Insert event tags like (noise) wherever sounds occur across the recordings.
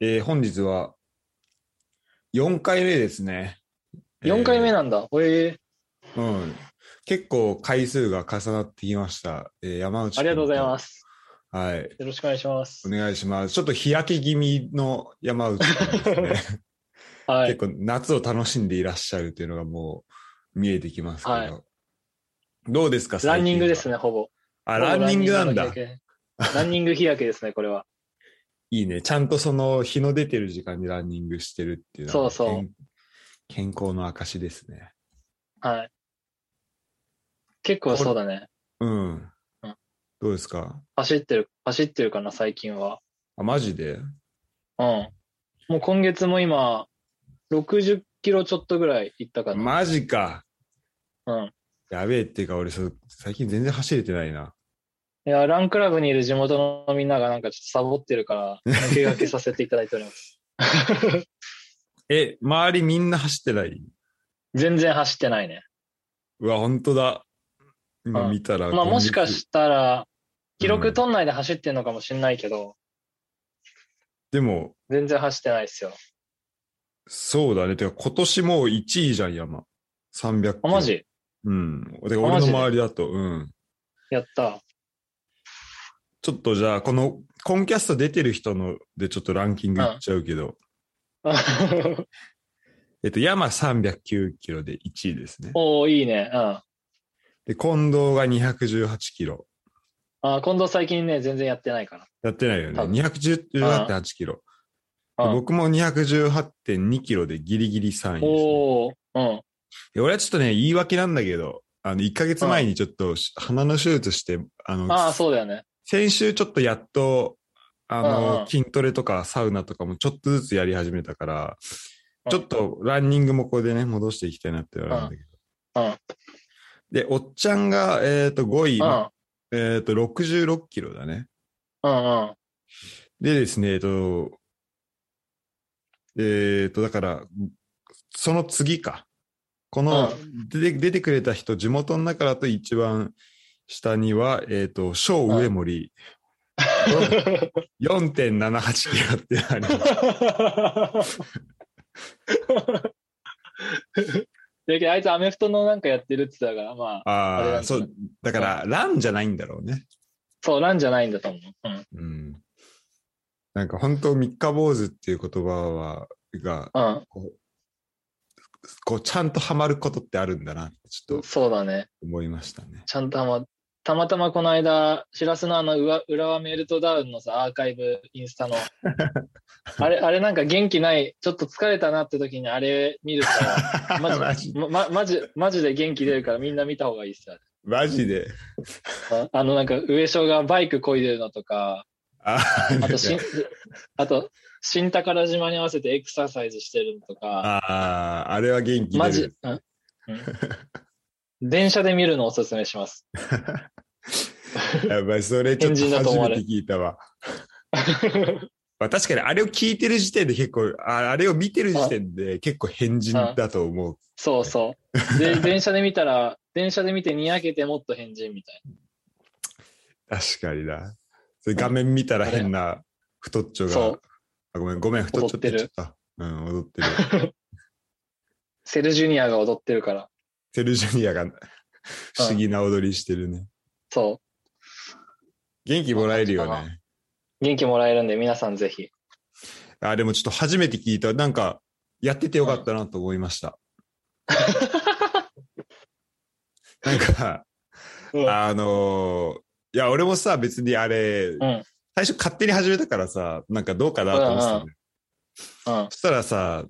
えー本日は4回目ですね。 4回目な、なんだ。ええうん。結構回数が重なってきました。えー山内。ありがとうございますす。はい。よろしくお願いしますお。願いします。ちょっと日焼け気味の山内さんですね。 (laughs) はい結。構夏を楽しんでいらっしゃるというのがもう見えてきますけど。はいどうですかランニングですね。ね、ほぼ。あ、ランニングなんほだぼ。ランニングの経験ランニング日焼けですね、これは。いいね。ちゃんとその日の出てる時間にランニングしてるっていうのはそうそう健健康の証ですね。はい。結構そうだね。うん。うんどうですか走ってる、走ってるかな、最近は。あ、マジでうん。もう今月も今、60キロちょっとぐらい行ったかな。マジか。うん。やべえっていうか、俺そう、最近全然走れてないな。いや、ランクラブにいる地元のみんながなんかちょっとサボってるから、抜け駆けさせていただいております。 (laughs) え、周りみんな走ってない全然走ってないね。うわ、ほんとだ。今うん見たら。まあ今月もしかしたら、記録取んないで走ってんのかもしれないけど、でも、全然走ってないですよ。そうだね。てか、今年もう1位じゃん、山。300キあ、ロ。マジうん。てか、あ俺マのジで周りだと、うん。やった。 (laughs) ちょっとじゃあ、この、コンキャスト出てる人のでちょっとランキングいっちゃうけど、えっと、山309キロで1位ですね。おおいいね。うん。で、近藤が218キロ。あ近藤最近ね、全然やってないかやってないよね。多分218.8キロ。ら。うん、僕も218.2キロでギリギリ3位です、ね。おおうん。で俺はちょっとね、言い訳なんだけど、あの、1ヶ月前にちょっとし鼻の手術して、あの、ああ、そうだよね。先週ちょっとやっと、あうんうの、ん筋トレとかサウナとかもちょっとずつやり始めたから、うんちょっとランニングもここでね、戻していきたいなって言われるんだけど。うん。うん。で、おっちゃんが、えっ、と、5位、うまあんえっ、と、66キロだね。うん。 (laughs) でですね、えっと、えっと、だから、その次か。この、う出て出てくれた人、地元の中だと一番下には、えっ、と、小上森、4.78キロってありますだけど、あいつアメフトのなんかやってるって言ってたから、まあ、あれあなあ、んだそう、だから、ランじゃないんだろうね。そう、ランじゃないんだと思う。うん。うん。なんか本当、三日坊主っていう言葉は、が、うこう、ちゃんとハマることってあるんだなって、ちょっん。とそうだね。思いましたね。ちゃんとたま、たまたまこの間、しらすのあの、うわ浦和メルトダウンのさ、アーカイブ、インスタの。あれ、あれなんか元気ない、ちょっと疲れたなって時にあれ見るから、マジ (laughs) マジま、ま、マジ、マジで元気出るからみんな見た方がいいっすよ。マジで。ああの、なんか、上昇がバイク漕いでるのとか、ああと、しなんんかあと、新宝島に合わせてエクササイズしてるのとか、 (laughs) あー、あれは元気出るマジ、うんうん電車で見るのをおすすめします。やばい、それちょっ変人だとと思わ初めれるて聞いた (laughs) わ。まあ、確かに、あれを聞いてる時点で結構、ああれを見てる時点で結構変人だと思う。そうそう。 (laughs) で、電車で見たら、電車で見てにやけてもっと変人みたい確かにな。それ画面見たら変な太っちょな。が、そう。あごめん、ごめん、太っちょって言っちゃった。うん、踊ってる。セルジュニアが踊ってるから。セルジュニアが (laughs) 不思議な踊りしてるね。そ元気もらえるよそうなんね。う。元気もらえるんで、皆さんぜ (laughs) ひ。あ、でもちょっと初めて聞いた。なんか、やっててよかったなと思いました。なんか、うんあのーいや、俺もさ、別にあれ、ん最初勝手に始めたからさ、なんかどうかなと思ってたのようんうん。そしたらさ、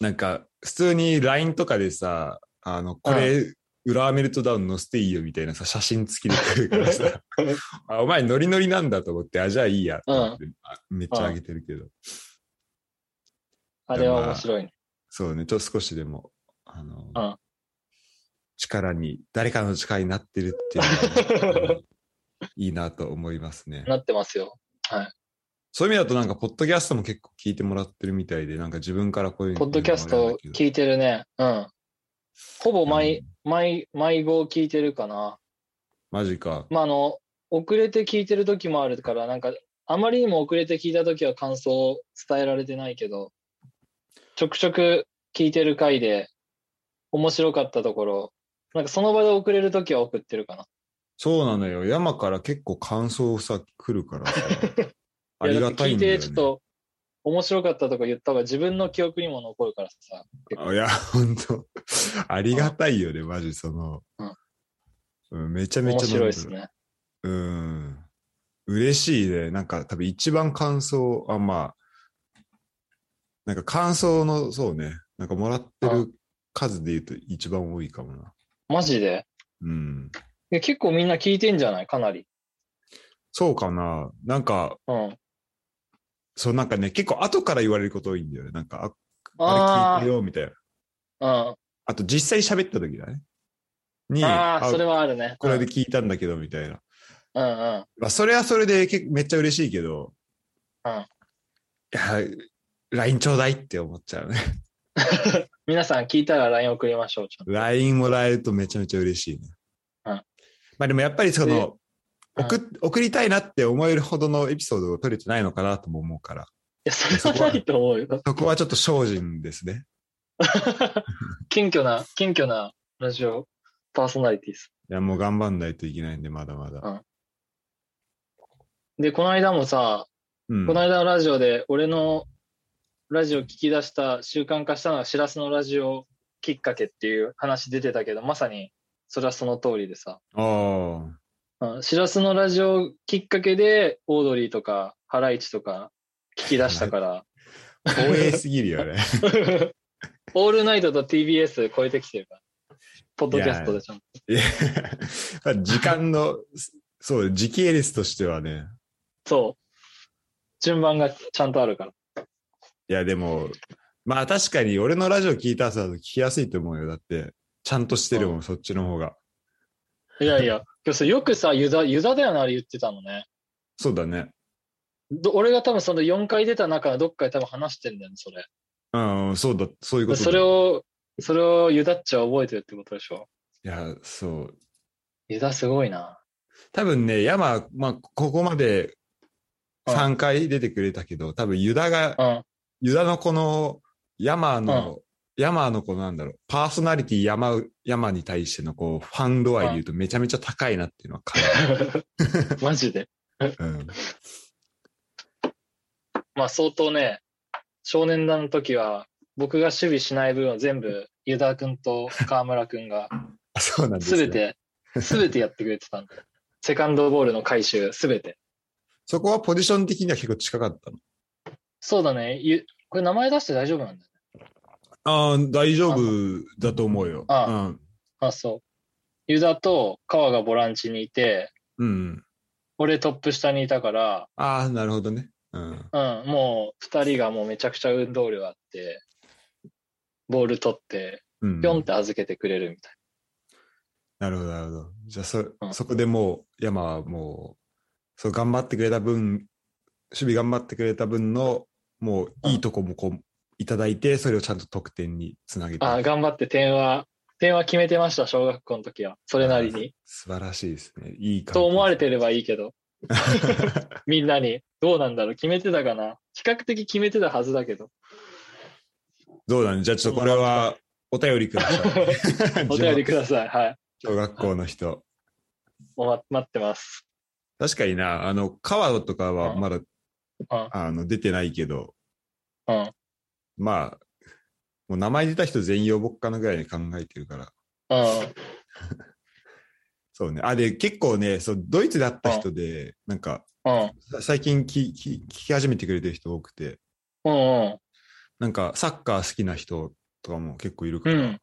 なんか、普通に LINE とかでさ、あの、これ、裏アメルトダウン載せていいよみたいなさ、写真付きで来るから (laughs) さうん、あお前ノリノリなんだと思って、あ、じゃあいいやと思って、あめっちゃ上げてるけど、あれは面白いね。そうね、ちょっと少しでも、あの、うん力に、誰かの力になってるっていうのが、 (laughs) いいなと思いますね。なってますよ。そういう意味だとなんか、ポッドキャストも結構聞いてもらってるみたいで、なんか自分からこういうポッドキャスト聞いてるね。うん。ほぼ毎、毎、毎号聞いてるかな。マジか。まあ、あの、遅れて聞いてる時もあるから、なんか、あまりにも遅れて聞いたときは感想を伝えられてないけど、ちょくちょく聞いてる回で、面白かったところ、なんかその場で送れるときは送ってるかな。そうなのよ。山から結構感想さ、来るから (laughs) さあいりやだっがてた聞いいんだよ、て、ね。ちょっと、面白かったとか言った方が自分の記憶にも残るからさ。結構あいや、本 (laughs) 当ありがたいよね、マジ、その。うん、めちゃめちゃな面んだ白ろいうですね。うん。嬉しいね。なんか多分一番感想、あ、まあ、なんか感想の、そうね、なんかもらってる数で言うと一番多いかもな。マジで。うん。いや結構みんな聞いてんじゃないかなり。そうかな。なんか、うん。そうなんかね、結構後から言われること多いんだよね。なんか、ああれ聞いあてよ、みたいな。あ、うん。あと実際喋った時だね。に、ああ、それはあるね。これで聞いたんだけど、みたいな。うんうんまあ、それはそれで結構めっちゃ嬉しいけど、うんいや、LINE ちょうだいって思っちゃうね。皆さん聞いたら LINE 送りましょう。ちょっ LINE もらえるとめちゃめちゃ嬉しいね。うんまあでもやっぱりその、うん送っ送りたいなって思えるほどのエピソードを取れてないのかなとも思うから、といや、それはないと思うよ。そこはちょっと精進ですね。謙虚な、謙虚なラジオパーソナリティです。いや、もう頑張んないといけないんで、まだまだ。で、この間もさ、うん。この間のラジオで俺のラジオ聞き出した、習慣化したのはしらすのラジオきっかけっていう話出てたけど、まさにそれはその通りでさ、ああ。うんしらすのラジオきっかけでオードリーとかハライチとか聞き出したから、光栄すぎるよね。 (laughs) オールナイトと TBS 超えてきてるから、ポッドキャストでちゃんと。いやまあ時間の、そう、時系列としてはね、そう。順番がちゃんとあるから。いや、でも、まあ確かに俺のラジオ聞いた朝だと聞きやすいと思うよ。だって、ちゃんとしてるもん、そっちの方が。いやいや、今日さよくさ、ユダ、ユダだよな、あれ言ってたのね。そうだね。ど俺が多分その4回出た中のどっかで多分話してんだよね、それ。うん、そうだ、そういうことだそれを、それをユダっちゃ覚えてるってことでしょ。いや、そう。ユダすごいな。多分ね、山、まあ、ここまでうん3回出てくれたけど、多分ユダが、うん。 (laughs) ユダのこの、山の、山のこのなんだろう、パーソナリティ山、山に対してのこう、ファン度合いで言うとめちゃめちゃ高いなっていうのは感マジで。 (laughs) じる。うん。まあ相当ね、少年団の時は、僕が守備しない部分を全部、ユダ君と河村君が、そうなん (laughs) ですすよべて、すべてやってくれてたんだよ。セカンドボールの回収、すべて。そこはポジション的には結構近かったの。そうだね。ゆこれ名前出して大丈夫なんだよね。ああ、大丈夫だと思うよ。あうんあ、そう。ユダと川がボランチにいて、うん。俺トップ下にいたから、ああ、なるほどね。うん。うん、もう二人がもうめちゃくちゃ運動量あって、ボール取って、うんぴょんって預けてくれるみたいなるほど、なるほど。じゃあそ、んそこでもう、山はもう、そう、頑張ってくれた分、守備頑張ってくれた分の、もう、いいとこもこう、いただいて、それをちゃんと得点につなげて。な。あ頑張って点は、点は決めてました、小学校の時は。それなりに。素晴らしいですね。いい感と思われてる。ればいいけど、みんなに、どうなんだろう、決めてたかな。比較的決めてたはずだけど。。どうだね。じゃあ、ちょっとこれは、お便りください (laughs) お便りくさい。ださい。はい。小学校の人。おま待ってます。確かにな、あの、川とかはまだ、あの、出てないけど、うん。まあ、もう名前出た人全員呼ぼっかなぐらいに考えてるから。うん。そうね。あ、で、結構ね、そう、ドイツで会った人で、なんか、うん。さ最近きき聞き始めてくれてる人多くて、うんうん。なんか、サッカー好きな人とかも結構いるかうら。ん。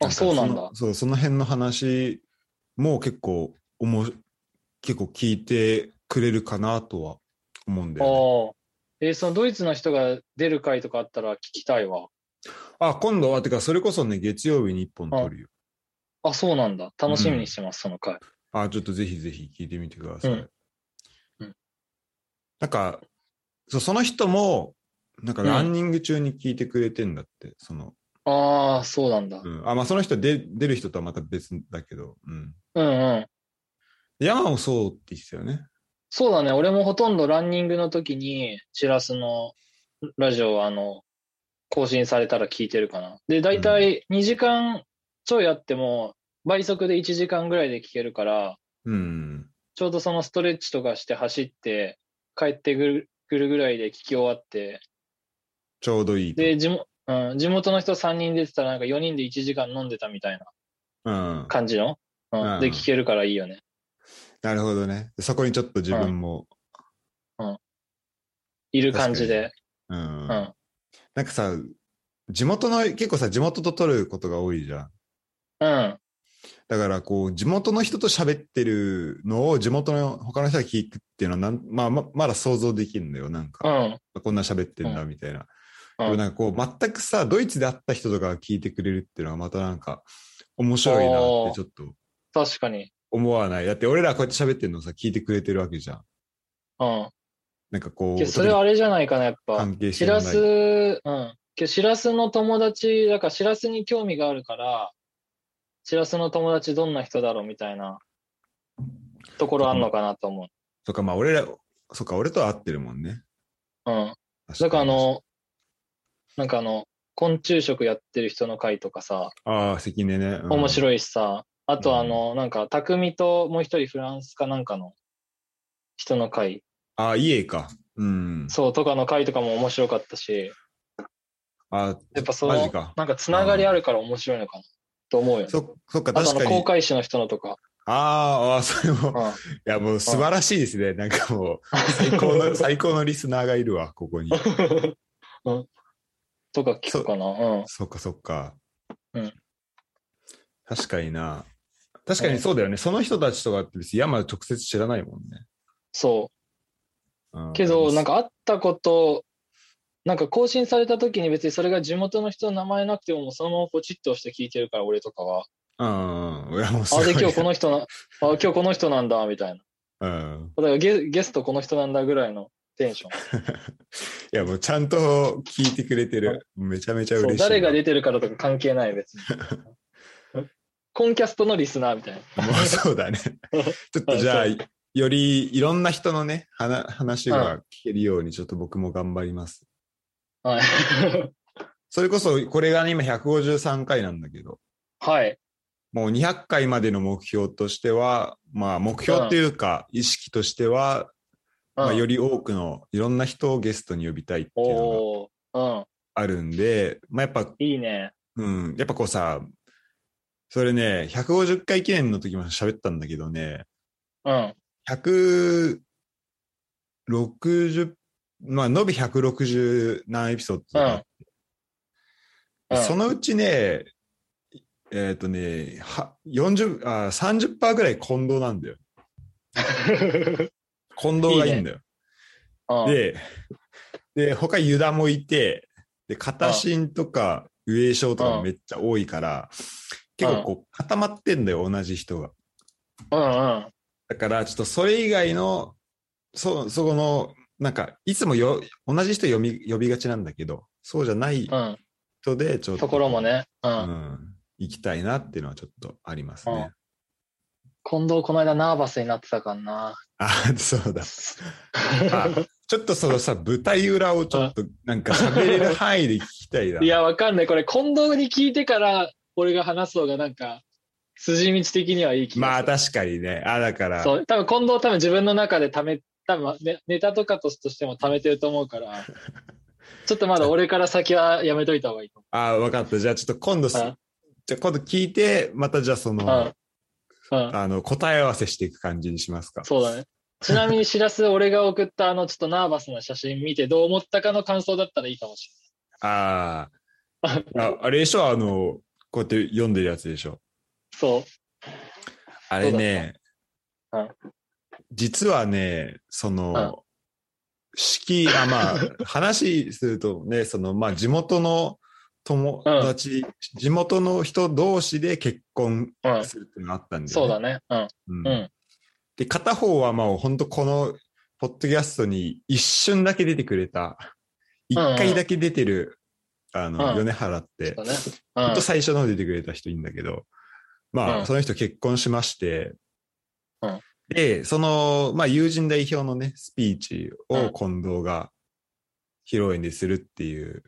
あ、かそうなんのだ。そう、その辺の話も結構、おも、結構聞いてくれるかなとは思うんだああよ、ね。えーそのドイツの人が出る回とかあったら聞きたいわ。あ、今度は、てか、それこそね、月曜日に一本撮るよ。あ、そうなんだ。楽しみにしてます、その回。あ、ちょっとぜひぜひ聞いてみてください。うんうんなんかそう、その人も、なんかうんランニング中に聞いてくれてんだって、その、ああ、そうなんだ。ううんん。あ、まあその人で出る人とはまた別だけど、うん。うん。山もそうって言ってたよね。そうだね、俺もほとんどランニングの時に、シラスのラジオは、あの、更新されたら聞いてるかな。で、だいたい2時間ちょいあっても、倍速で1時間ぐらいで聞けるから、うん。ちょうどそのストレッチとかして走って、帰ってくるくるぐらいで聞き終わって、ちょうどいいと。で、地元うん、地元の人3人出てたら、なんか4人で1時間飲んでたみたいなうん。感じの、うんうんで、聞けるからいいよね。なるほどね。そこにちょっと自分も、いる感じで。う。うんん。なうんかさ、地元の、結構さ、地元と撮ることが多いじゃん。。うんだから、こう、地元の人と喋ってるのを地元の他の人が聞くっていうのはなん、まあ、ままだ想像できるんだよ。なんか、うん。こんな喋ってんだ、みたいな。うんでもなんかこう、全くさ、ドイツで会った人とかが聞いてくれるっていうのはまたなんか、面白いなってちょっと確かに。思わない。だって俺らこうやって喋ってるのさ、聞いてくれてるわけじゃん。うん。なんかこけう、どそれはあれじゃないかな、やっ特にぱ。関係してしもならい。す、うん。けどしらすの友達、だからしらすに興味があるから、しらすの友達どんな人だろうみたいなところあんのかなと思う。とか、まあ俺ら、そっか、俺とは合ってるもんね。うん。確だからあ、の、なんかあの、昆虫食やってる人の会とかさ、ああ、関根ね。面い。白いしさ、あとあの、なんか、匠ともう一人フランスかなんかの人の会、ああ、家か。うん。そう、とかの会とかも面白かったし、あやっぱそマのジか、。なんかつながりあるから面白いのかな、と思うよね。そ、そっか、あとあ確のか公に。開誌の人のとか。あーあー、それうも、いんや、もう素晴らしいですね。なんかもう、最高 (laughs) の、最高のリスナーがいるわ、ここに。 (laughs) うんとか聞くかな。うん。そっか、そっか。うん確かにな。確かにそうだよね。その人たちとかって別に山直接知らないもんね。そうんう。けど、なんか、か会ったこと、なんか更新された時に別にそれが地元の人の名前なくてももうそのままポチッと押して聞いてるから、俺とかは。うんうんうん。いや、もうすあ、ごいで、今日この人な、あ、今日この人なんだ、みたいな。うん。だからゲゲストこの人なんだぐらいのテンション。いや、もうちゃんと聞いてくれてる。めちゃめちゃ (laughs) 嬉そしうい。誰が出てるからとか関係ない、(laughs) 別に。コンキャストのリスナーみたいな。もうそう (laughs) だね。ちょっとじゃあ、よりいろんな人のね、はな話が聞けるように、ちょっと僕も頑張ります。はい。 (laughs) それこそ、これが、ね、今153回なんだけど、はい。もう200回までの目標としては、まあ目標というか、意識としては、うまんあ、より多くのいろんな人をゲストに呼びたいっていうのがおー。あるんで、まあやっぱうん。いいね。うん、やっぱこうさ、それね、150回記念の時も喋ったんだけどね、うん。 160、まあ、延べ160何エピソードとかあって、うんそのうちね、えっ、とね、は40あー30%ぐらい近藤なんだよ。近藤がいいんだよ。 (laughs) うんで、で、他ユダもいて、で、片新とか上昇とかもめっちゃ多いから、結構こう固まってんだよ、同じ人が。うんうん。だから、ちょっとそれ以外の、そ、そこの、なんか、いつもよ、同じ人呼び、呼びがちなんだけど、そうじゃないうん。人で、ちょっと。ところも。ね。う。うんん。行きたいなっていうのはちょっとありますね。近藤この間ナーバスになってたからな。あ、そうだ。あちょっとそのさ、舞台裏をちょっと、なんか喋れる範囲で聞きたいな。 (laughs) いや、わかんない。これ近藤に聞いてから俺が話す方がなんか、筋道的にはいい気まあが確かにね。あ、だかする。ら、そう。多分近藤多分自分の中でため、多分ネネタとかとしても貯めてると思 (laughs) うから、ちょっとまだ俺から先はやめといた方がいいとあ、わかった。じゃあちょっと今度す、うんじゃあ今度聞いて、またじゃあそ思のう、。うん。うん。あの、答え合わせしていく感じにしますか。そうだね。ちなみに、しらす、俺が送ったあの、ちょっとナーバスな写真見て、どう思ったかの感想だったらいいかもしあれ (laughs) なあ、い。ああれでしょあの、こうやって読んでるやつでしょそう。あれね、どうだっ実はね、その、式、あ、まあ、話するとね、 (laughs) その、まあ、地元の友達、地元の人同士で結婚うん。するっていうのがあったんで、そうだね。うん。うんうんで、片方はまあ、本当この、ポッドキャストに一瞬だけ出てくれた、一うんうん回だけ出てる、あの、うん米原って、そうだね。ほんとう最初の方出てくれた人いいんだけど、まあ、うんその人結婚しまして、うんで、その、まあ、友人代表のね、スピーチうをん近藤が披露宴でするっていう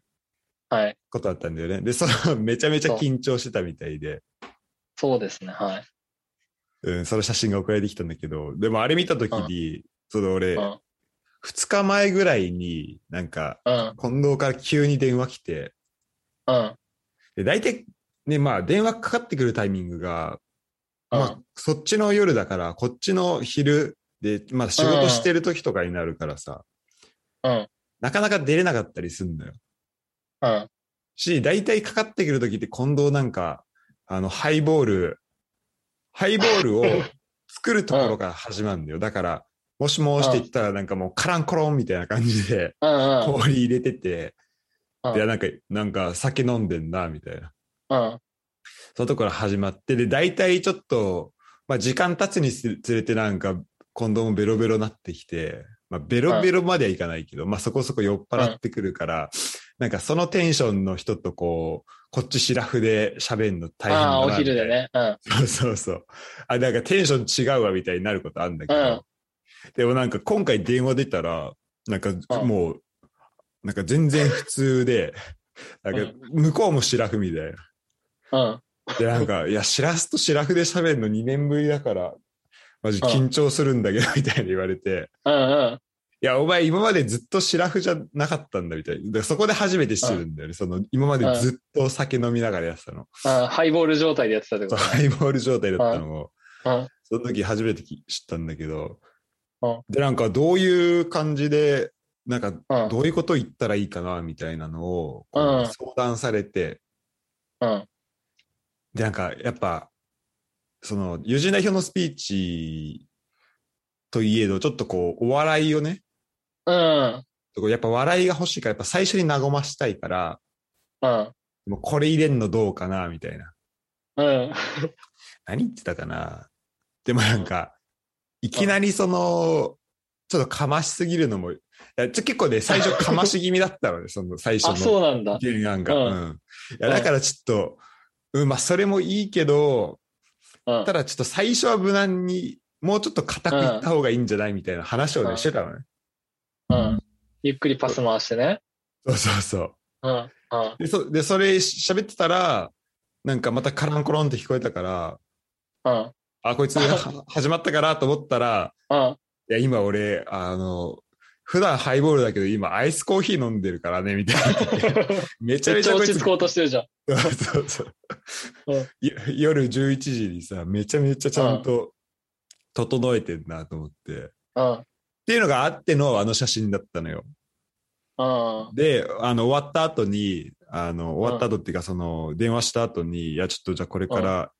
はい。ことだったんだよね。で、その、 (laughs) めちゃめちゃ緊張してたみたいで、そうですね。はい。うん、その写真が送られてきたんだけど、でもあれ見たときに、その俺、うん。 2日前ぐらいに、なんか、う近ん。藤から急に電話来て、うん。で、大体、ね、まあ、電話かかってくるタイミングが、うまあん。、そっちの夜だから、こっちの昼で、まあ、仕事してる時とかになるからさ、うん。なかなか出れなかったりすんのよ。うん。し、大体かかってくる時って近藤なんか、あの、ハイボール、ハイボー (laughs) ルを作るところから始まるんだよ。だから、もしもしって言ったら、なんかもうカランコロンみたいな感じで、うん。うん。氷入れてて、うんいや、なんか、なんか酒飲んでんな、みたいな。うん。そのとこから始まって、で、大体ちょっと、まあ、時間経つにつれてなんか、近藤もベロベロなってきて、まあ、ベロベロまではいかないけど、まあ、そこそこ酔っ払ってくるから、なんかそのテンションの人とこう、こっちシラフで喋るの大変だなああー、お昼で。ね。うん。みたいなそうそうそう。あ、なんかテンション違うわみたいになることあるんだけど、うんでもなんか今回電話出たら、なんかんもう、なんか全然普通で、なんか向こうもシラフみたいな。うん。で、なんか、いや、しらすとしらふで喋るの2年ぶりだから、マジうん緊張するんだけど、みたいに言われて、うん。うん。いや、お前今までずっとしらふじゃなかったんだ、みたいな。でそこで初めて知るんだよね。その、今までずっと酒飲みながらやってたの。あハイボール状態でやってたってそこうハイボール状態だったのを、と。うん。その時初めてき知ったんだけどうん、で、なんか、どういう感じで、なんか、うん。どういうこと言ったらいいかな、みたいなのを、こううん相談されて、うん。で、なんか、やっぱ、その、友人代表のスピーチといえど、ちょっとこう、お笑いをね、うん。やっぱ笑いが欲しいから、やっぱ最初に和ましたいから、うん。もうこれ入れんのどうかな、みたいな。うん。何言ってたかな。でもなんか、いきなりその、ちょっとかましすぎるのも、いやちょ結構ね、最初かまし気味だったのね、その最初あ、のそうなんだ。原案が。ううんん。いや、だからちょっと、うん、まあ、それもいいけど、うんた。だちょっと最初は無難に、もうちょっと硬くいった方がいいんじゃないみたいな話をうんね、してたのね。うん。ゆっくりパス回してね。そうそうそう。うん。うん。うん。で、そでそれ喋ってたら、なんかまたカランコロンって聞こえたから、うん。あ、 (laughs) こいつは始まったかなと思ったら、うん。いや、今俺、あの、普段ハイボールだけど今アイスコーヒー飲んでるからね、みたいな。 (laughs) めちゃめめっちちゃゃこ落いちつ着こうとしてるじゃん。そうそうそううんよ夜11時にさ、めちゃめちゃちゃんと整えてんなと思って。っうん。ていうのがあってのあの写真だったのよ。うん。で、あの、終わった後に、あの、終わった後っていうか、その、電話した後に、いや、ちょっとじゃあこれから、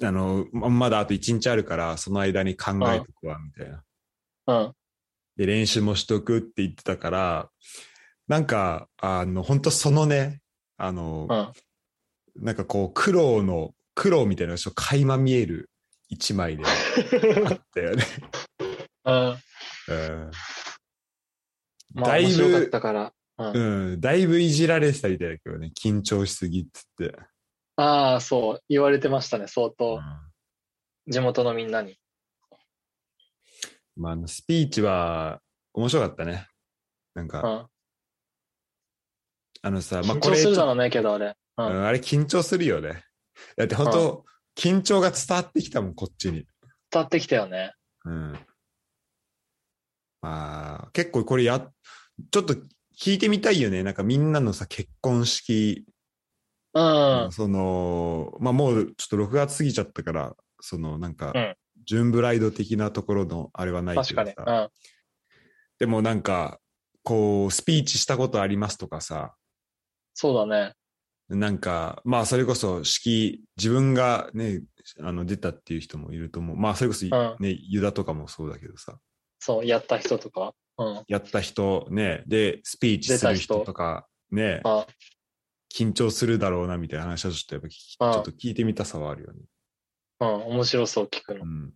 あの、ままだあと1日あるから、その間に考えとくわ、みたいな。うん。で、練習もしとくって言ってたから、なんか、あの、本当そのね、あうの、ん。なんかこう、苦労の、苦労みたいなのがちょっと垣間見える一枚であ (laughs) ったよね。うん。うんまあ、だいぶ面白かったから。うん、だいぶいじられてたみたいだけどね、緊張しすぎっつって。ああ、そう。言われてましたね、相う当。ん地元のみんなに。まあ、あのスピーチは面白かったね。なんうか、ん。あのさ、まあ、緊こ張れすちょるっだと、ろうね、けど、あれ。う。うんんあれ緊張するよね。だって本当、緊張が伝わってきたもん、こっちに。伝わってきたよね。うん。まあ、結構これや、ちょっと聞いてみたいよね。なんかみんなのさ、結婚式、うん。その、まあもうちょっと6月過ぎちゃったから、そのなんか、うんジュンブライド的なところのあれはないけ確どかさに。、うん。でもなんか、こう、スピーチしたことありますとかさ、そうだね。なんか、まあ、それこそ、式、自分がね、あの、出たっていう人もいると思う。まあ、それこそ、んね、ユダとかもそうだけどさ、そう、やった人とか。うん。やった人、ね、で、スピーチする出た人人とか、ね、あ緊張するだろうな、みたいな話はちょっとやっぱ聞き、ちうんょっと聞いてみたさはあるよね。うん。面白そう、聞くのう。ん。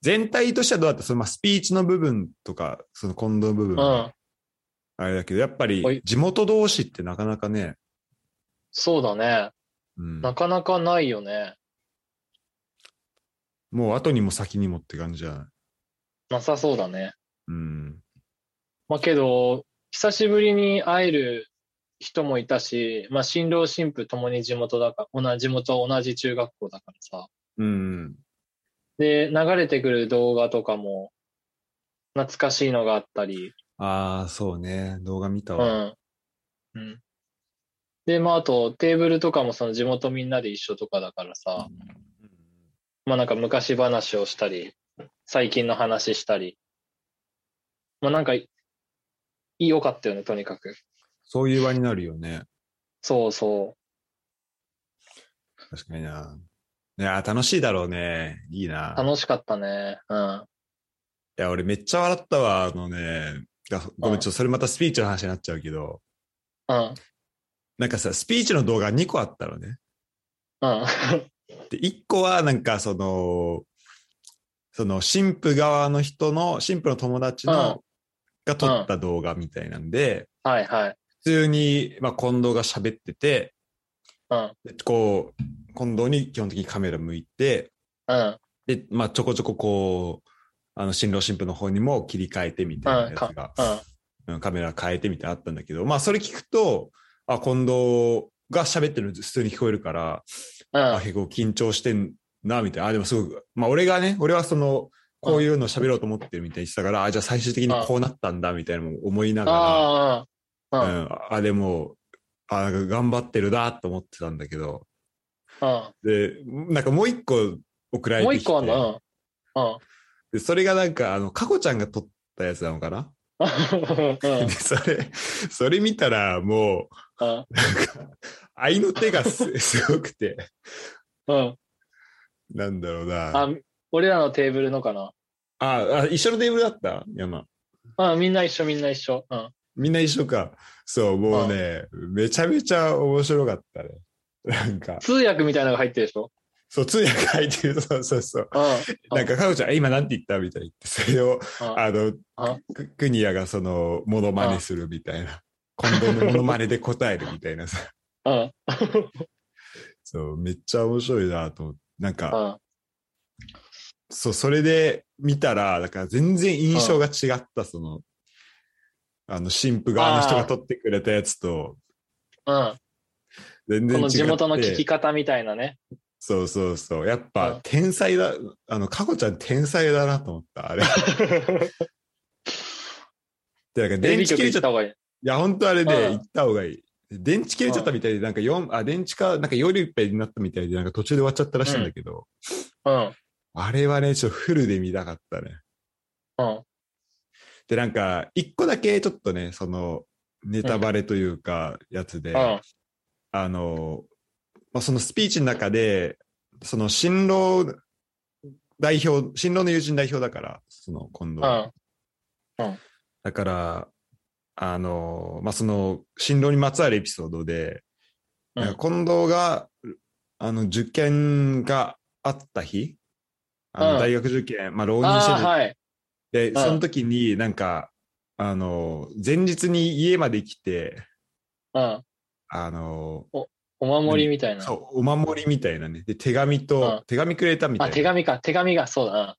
全体としてはどうだったその、まあ、スピーチの部分とか、その、近藤部分うは、ん。あれだけど、やっぱほいり、地元同士ってなかなかね、そうだね。うんなかなかないよね。もう後にも先にもって感じじゃない。なさそうだね。うん。まあけど、久しぶりに会える人もいたし、まあ新郎新婦ともに地元だから、同じ地元同じ中学校だからさ。うん。で、流れてくる動画とかも、懐かしいのがあったり、ああ、そうね。動画見たうわ。ん。うん。で、まああとテーブルとかもその地元みんなで一緒とかだからさ、うんまあなんか昔話をしたり、最近の話したり、まあなんか、良かったよね、とにかく。そういう場になるよね。そうそう。確かにな。いやー、楽しいだろうね。いいな。楽しかったね。うん。いや、俺めっちゃ笑ったわ。あのね、がごめうんん、ちょっとそれまたスピーチの話になっちゃうけど、うん。なんかさ、スピーチの動画2個あったのね。うん。 (laughs) で、1個はなんかその、その神父側の人の、神父の友達の、うんが撮った動画みたいなんで、はいはい。普通に、まあ、近藤が喋ってて、うん。でこう、近藤に基本的にカメラ向いて、うん。で、まあ、ちょこちょここう、あの、新郎新婦の方にも切り替えてみたいなやつが、うん。うんカメラ変えてみたいなのあったんだけど、まあ、それ聞くと、あ、近藤が喋ってるの普通に聞こえるから、うんあ、。結構緊張してんな、みたいな。あ、でもすごく、まあ、俺がね、俺はその、こういうの喋ろうと思ってるみたいに言ってたから、あ、じゃあ最終的にこうなったんだ、みたいなのも思いながら、あうあ。う。んん、あ、でも、あ、なんか頑張ってるなと思ってたんだけど、うで、なんかもう一個送られん。てきて、もう一個あんのうん。でそれがなんか、あの、かこちゃんが撮ったやつなのかな、うん。うんで、それ、それ見たらもうん。う、なんか、愛の手がす (laughs) すごくて、うん。なんだろうな。あ、俺らのテーブルのかな。あ、あ一緒のテーブルだった山。うん。みんな一緒、みんな一緒。うん。みんな一緒か。そう、もうね、めちゃめちゃ面白かったね。なんか、通訳みたいなのが入ってるでしょ。そう、通訳入ってる、そうそうそう。うん。うんなんか、かこちゃん、え今なんて言ったみたいに言って、それを、うんあの、く国谷がその、モノマネするみたいな。近藤のモノマネで答えるみたいなさ。うん。そう、めっちゃ面白いなと思って。なんうか、ん。そう、それで見たら、だから全然印象が違った、その、あの、神父側の人が撮ってくれたやつと、うん。全然違っこのて。地元の聞き方みたい (laughs) なね。そうそうそう。やっうぱん、天才だ、あの、かこちゃん天才だなと思った、あ (laughs) れ。で、なんかテレ電ビ池局切れ行ちゃっった。たい方がいい。や、本当あれで、うん行った方がいい。電池切れちゃったみたいで、なんか四あ、電池か、なんか夜いっぱいになったみたいで、なんか途中で終わっちゃったらしいんだけど、うん。あれはね、ちょっとフルで見たかったね。うん。で、なんか、一個だけちょっとね、その、ネタバレというか、やつで、うん。あの、まあ、そのスピーチの中で、その新郎代表、新郎の友人代表だから、その今度、うん。だから、あの、まあ、その、新郎にまつわるエピソードで、うんなんか近藤が、あの、受験があった日、あのうん大学受験、まあ、浪人してあてあ、はい。で、んその時になんか、あの、前日に家まで来て、うん。あの、お守りみたいな。そう、お守りみたいなね。で、手紙うとん、手紙くれたみたいあ、な。手紙か。手紙が、そうだ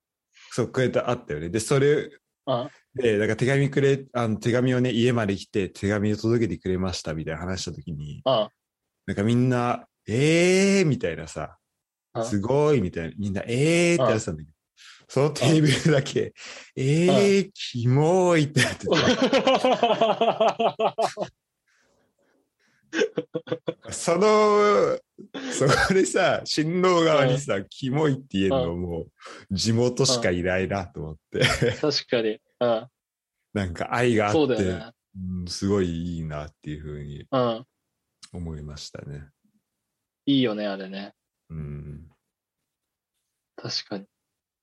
そう、くれた、あったよね。で、それな。で、だから手紙くれ、あの、手紙をね、家まで来て、手紙を届けてくれました、みたいな話した時に、うん。うん。 (laughs) なんかみんな、えーみたいなさうん、すごいみたいな、みんな、えーってやってたんだけど、そのテーブルだけ、えー、キモいってなっててその、そこでさ、新郎側にさ、キモいって言えるのもう、地元しかいないなと思って、確かに。うん。なんか愛があそうっだて、よね。うんすごいいいなっていうふうにうん。思いましたね。いいよね、あれね。うん。確かに。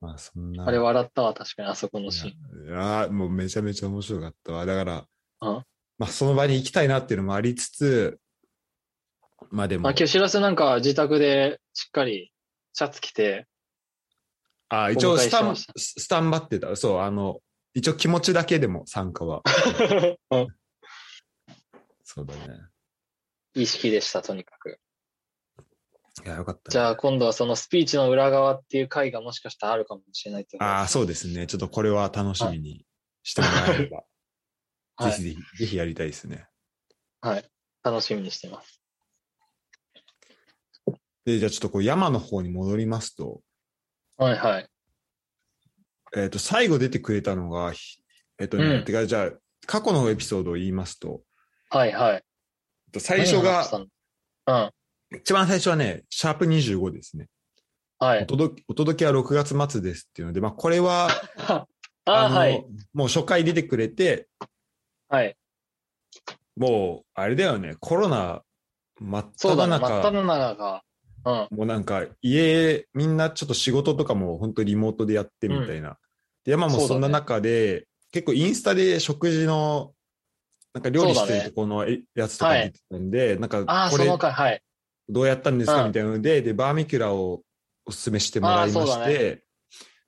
まあそんな。あれ笑ったわ、確かに、あそこのシーン。いやーもうめちゃめちゃ面白かったわ。だから、うんまあその場に行きたいなっていうのもありつつ、まあでもまあ、、今日、しらせなんか自宅でしっかりシャツ (laughs) 着て、あ一応スタお迎えン、しススタンバってた。そう、あの、一応気持ちだけでも参加 (laughs) は。うんそうだね。いい式でした、とにかく。いや、よかった、じゃあ今度はそのスピーチの裏側っていう回がもしかしたらあるかもしれないってことああ、そうですね。ちょっとこれは楽しみにしてもらえれば、はいぜひぜひ、ぜひやりたいですね。はい。楽しみにしてます。で、じゃあちょっとこう山の方に戻りますと、はいはい。えっ、と、最後出てくれたのが、ひえっ、とね、うんてか、じゃあ、過去のエピソードを言いますと、はいはい。えっと最初何を話がし、たのうん。一番最初はね、シャープ25ですね。はおい。届けお届けは6月末ですっていうので、まあ、これは、あ (laughs) ああ、のはい。もう初回出てくれて、はい。もう、あれだよね、コロナ真っそう只だね。真っ中、只中が。うん。もうなんか、家、みんなちょっと仕事とかも本当リモートでやってみたいな。で、山もそうだねそんな中で、結構インスタで食事の、なんか料理してるとこのえやつとか出てたんで、なんあかあ、こそれの回、はい。どうやったんですかうんみたいなので、で、バーミキュラをおすすめしてもらいまあーそうしだて、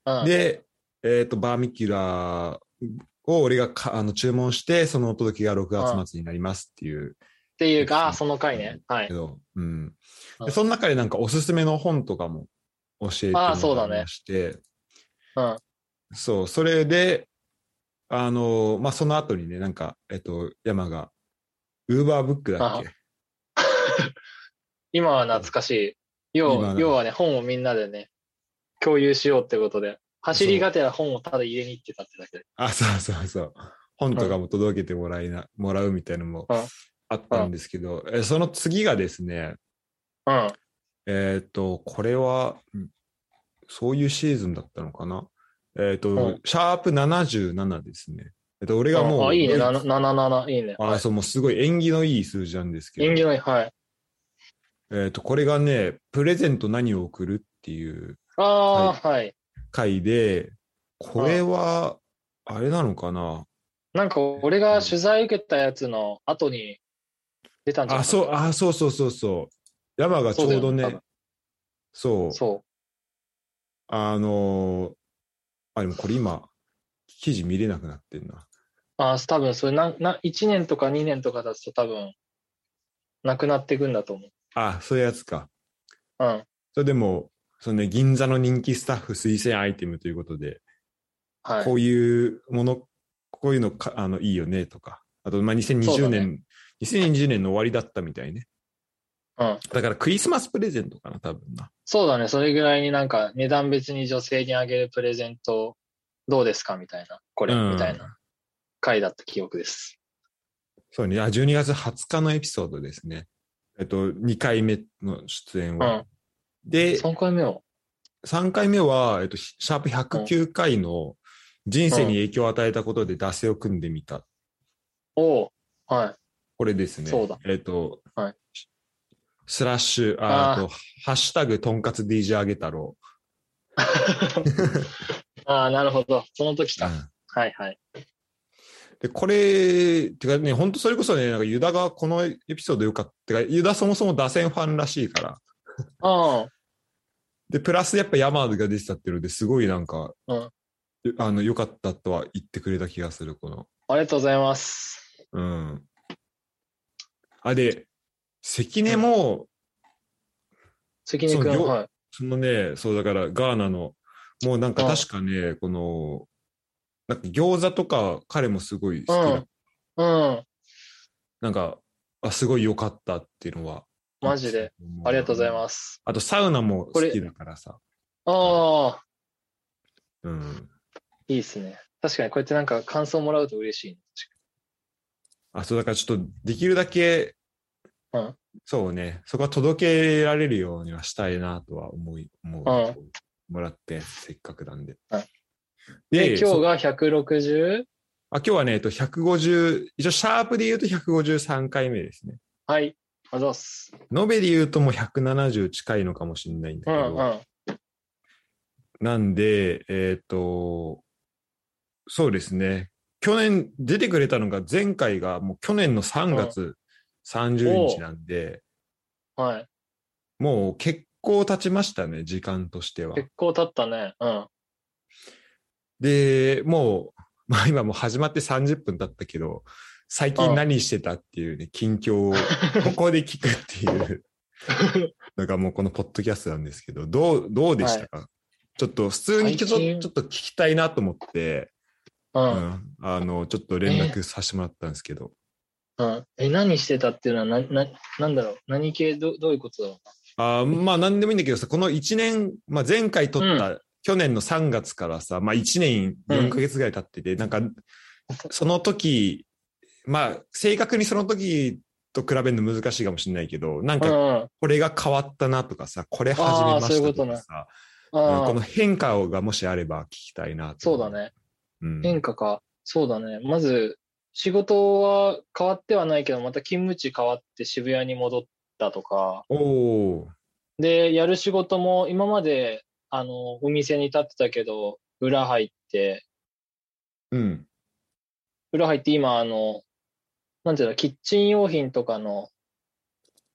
うん。で、えっ、と、バーミキュラーを俺がかあの注文して、そのお届けが6月末になりますっていうっていうか、ああ、その回ね。はけい。ど、うん。うでんその中でなんかおすすめの本とかも教えてもらあーそうだいねまして、うん。そう、それで、あの、まあ、その後にね、なんか、えっ、と、山が、ウーバーブックだっけ (laughs) 今は懐かしい。要今ははね要はね、本をみんなでね、共有しようってことで、走りがてら本をただ入れに行ってたってだけで。あ、そうそうそう。本とかも届けてもらいな、もらうみたいなのもうんあったんですけど、えその次がですね、うん。えっ、と、これは、んそういうシーズンだったのかな。えっ、と、うんシャープ77ですね。えっ、と、俺がもう、あ、いいね、ドイツなな77、いいね。あ、そう、もうすごい縁起のいい数字なんですけど、演技のいい、はい。えっ、と、これがね、プレゼント何を送るっていうああー、はい。回で、これは、あれなのかな。なんか、俺が取材受けたやつの後に出たんじゃなあ、いそう、あ、そうそうそうそう。山がちょうどそうだよねね、そう、そあのーあ、でもこれ今、記事見れなくなってんな。う。ああ、多分、それなんな、1年とか2年とか経つと多分、なくなっていくんだと思う。あ、そういうやつか。うん。それでも、そのね、銀座の人気スタッフ推薦アイテムということで、はい。こういうもの、こういうのかあのいいよねとか、あと、まあ、そ2020うだね年、2020年の終わりだったみたいね。うん。だからクリスマスプレゼントかな、多分な。そうだね、それぐらいになんか値段別に女性にあげるプレゼントどうですかみたいな、これ、うんみたいな回だった記憶です。そうね。あ、12月20日のエピソードですね。えっと、2回目の出演うは。ん。で、 3回目を。 3回目は、えっと、シャープ109回の人生に影響を与えたことで惰性を組んでみた。おうはい。これですね。そうだえっと、はいスラッシュ、ああーあと、ハッシュタグ、とんかつ DJ あげ太郎。ああ、なるほど。その時か。はいはい。で、これ、てかね、本当それこそね、なんかユダがこのエピソードよかった。てか、ユダそもそも打線ファンらしいから。あで、プラスやっぱ山が出てたっていうのですごいなんか、うんあの、良かったとは言ってくれた気がする、この。あ、ありがとうございます。うん。あ、で、関根も、関根そう君、よはい。そのね、そうだからガーナの、もうなんか確かね、この、なんか餃子とか彼もすごい好きな、うんうん。なんか、あ、すごい良かったっていうのは。マジで。ありがとうございます。あとサウナも好きだからさ。ああ、うん。いいですね。確かにこうやってなんか感想もらうと嬉しいね。あ、そうだからちょっとできるだけ、うんそうね、そこは届けられるようにはしたいなとは思い、思う。うんもらって、せっかくなんで。はいで、で、今日そが 160? あ今日はね、えっと、150、一応シャープで言うと153回目ですね。はい。あざっす。延べで言うともう170近いのかもしれないんだうけど、んうん。なんで、えっ、と、そうですね。去年出てくれたのが前回がもう去年の3月30日なんで、はい。もう結構経ちましたね、時間としては。結構経ったね。うん。で、もう、 (laughs) まあ今もう始まって30分経ったけ (laughs) ど、最近何してたっていうね、近況をここで聞くっていう。だからもうこのポッドキャストなんですけど、どう、どうでしたか、ちょっと普通にちょ最近ちょっと聞きたいなと思って、う。うんん、あの、ちょっと連絡させてもらったんですけど、うん。え、何してたっていうのは、な、な、なんだろう。何系、ど、どういうことだろあーまあ何でもいいんだけどさ、この1年、まあ、前回撮った、去年の3月からさ、まあ1年4ヶ月ぐらい経ってて、なんか、その時、まあ正確にその時と比べるの難しいかもしれないけど、なんう。うかん。これが変わったなとかさ、これ始めましたとあーそういうことかねさ、うんあこのあ、変化をがもしあれば聞きたいなと。そうだ。ね。うん、変化か。そうだね。まず、仕事は変わってはないけど、また勤務地変わって渋谷に戻ったとか。おおで、やる仕事も今まで、あの、お店に立ってたけど、裏入って、ー、うん。裏入って今、あの、なんていうの、キッチン用品とかの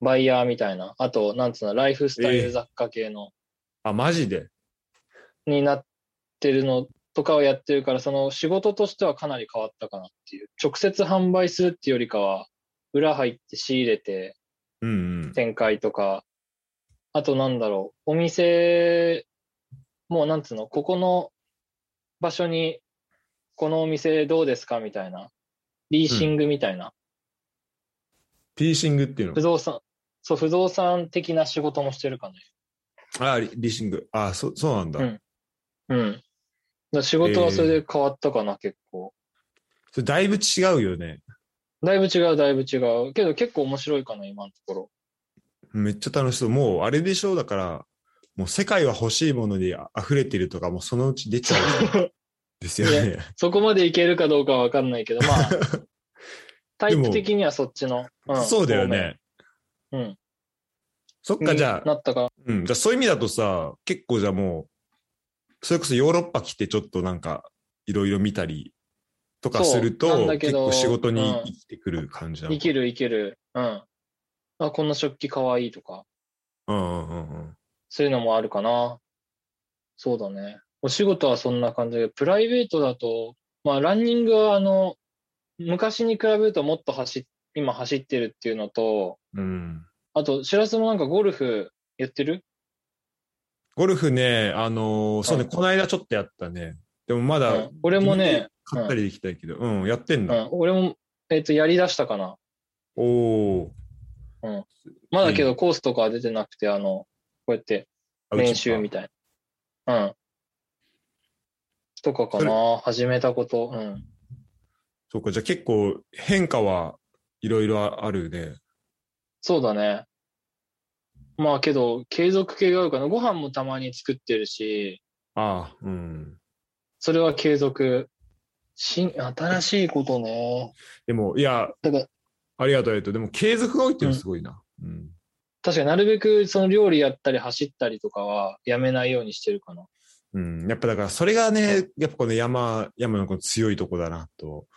バイヤーみたいな、あと、なんつうの、ライフスタイええル雑貨系の、あ、マジで。になってるのとかをやってるから、その仕事としてはかなり変わったかなっていう。直接販売するっていうよりかは、裏入って仕入れて、うんうん。展開とか、あとなんだろう、お店、もうなんつうの、ここの場所に、このお店どうですかみたいな、リーシングみたいな、ピーシングっていう不の。動産、そう、不動産的な仕事もしてるかね。あ、リリーシング。あ、そそうなんだ。うんうん。だから仕事はそれで変わったかな、結構。それだいぶ違うよね。だいぶ違う、だいぶ違う。けど結構面白いかな、今のところ。めっちゃ楽しそう。もうあれでしょうだから、もう世界は欲しいものにあ溢れてるとか、もうそのうち出ちゃうです (laughs) よね。そこまでいけるかどうかはわかんないけど、 (laughs) まあ、タイプ的にはそっちの。んそうだよね。方面。そっうん。か、じゃにあ、なったかうん、じゃあそういう意味だとさ、結構じゃあもう、それこそヨーロッパ来てちょっとなんか、いろいろ見たりとかするそうなとん、だけ結ど構仕事にうん生きてくる感じなのいかけるいける。うん。あ、この食器かわいいとか、うんうんうんうん。そういうのもあるかな。そうだね。お仕事はそんな感じで、プライベートだと、まあ、ランニングは、あの、昔に比べるともっと走っ、今走ってるっていうのと、うんあと、しらすもなんかゴルフやってるゴルフね、あのーそうね、うんこの間ちょっとやったね。でもまうだん、、俺もね、、買ったりできたけど、うん、やってんうだ。ん、俺も、えっ、と、やりだしたかな。おお。まだけうどコースとかは出てなくて、あの、こうやってあ練習みうちたいな。うん。とかかな、始めたこと。うん。かそうか、じゃあ結構変化はいろいろあるね。そうだね。まあけど、継続系が多いかな。ご飯もたまに作ってるし、ああ、うん。それは継続。新、新しいことね。でも、いや、だから、ありがとう、ありがとう。でも継続が多いっていうのはすごいな。うん。確かになるべくその料理やったり走ったりとかはやめないようにしてるかな。うん、やっぱだからそれがね、やっぱこの山、山のこの強いとこだなと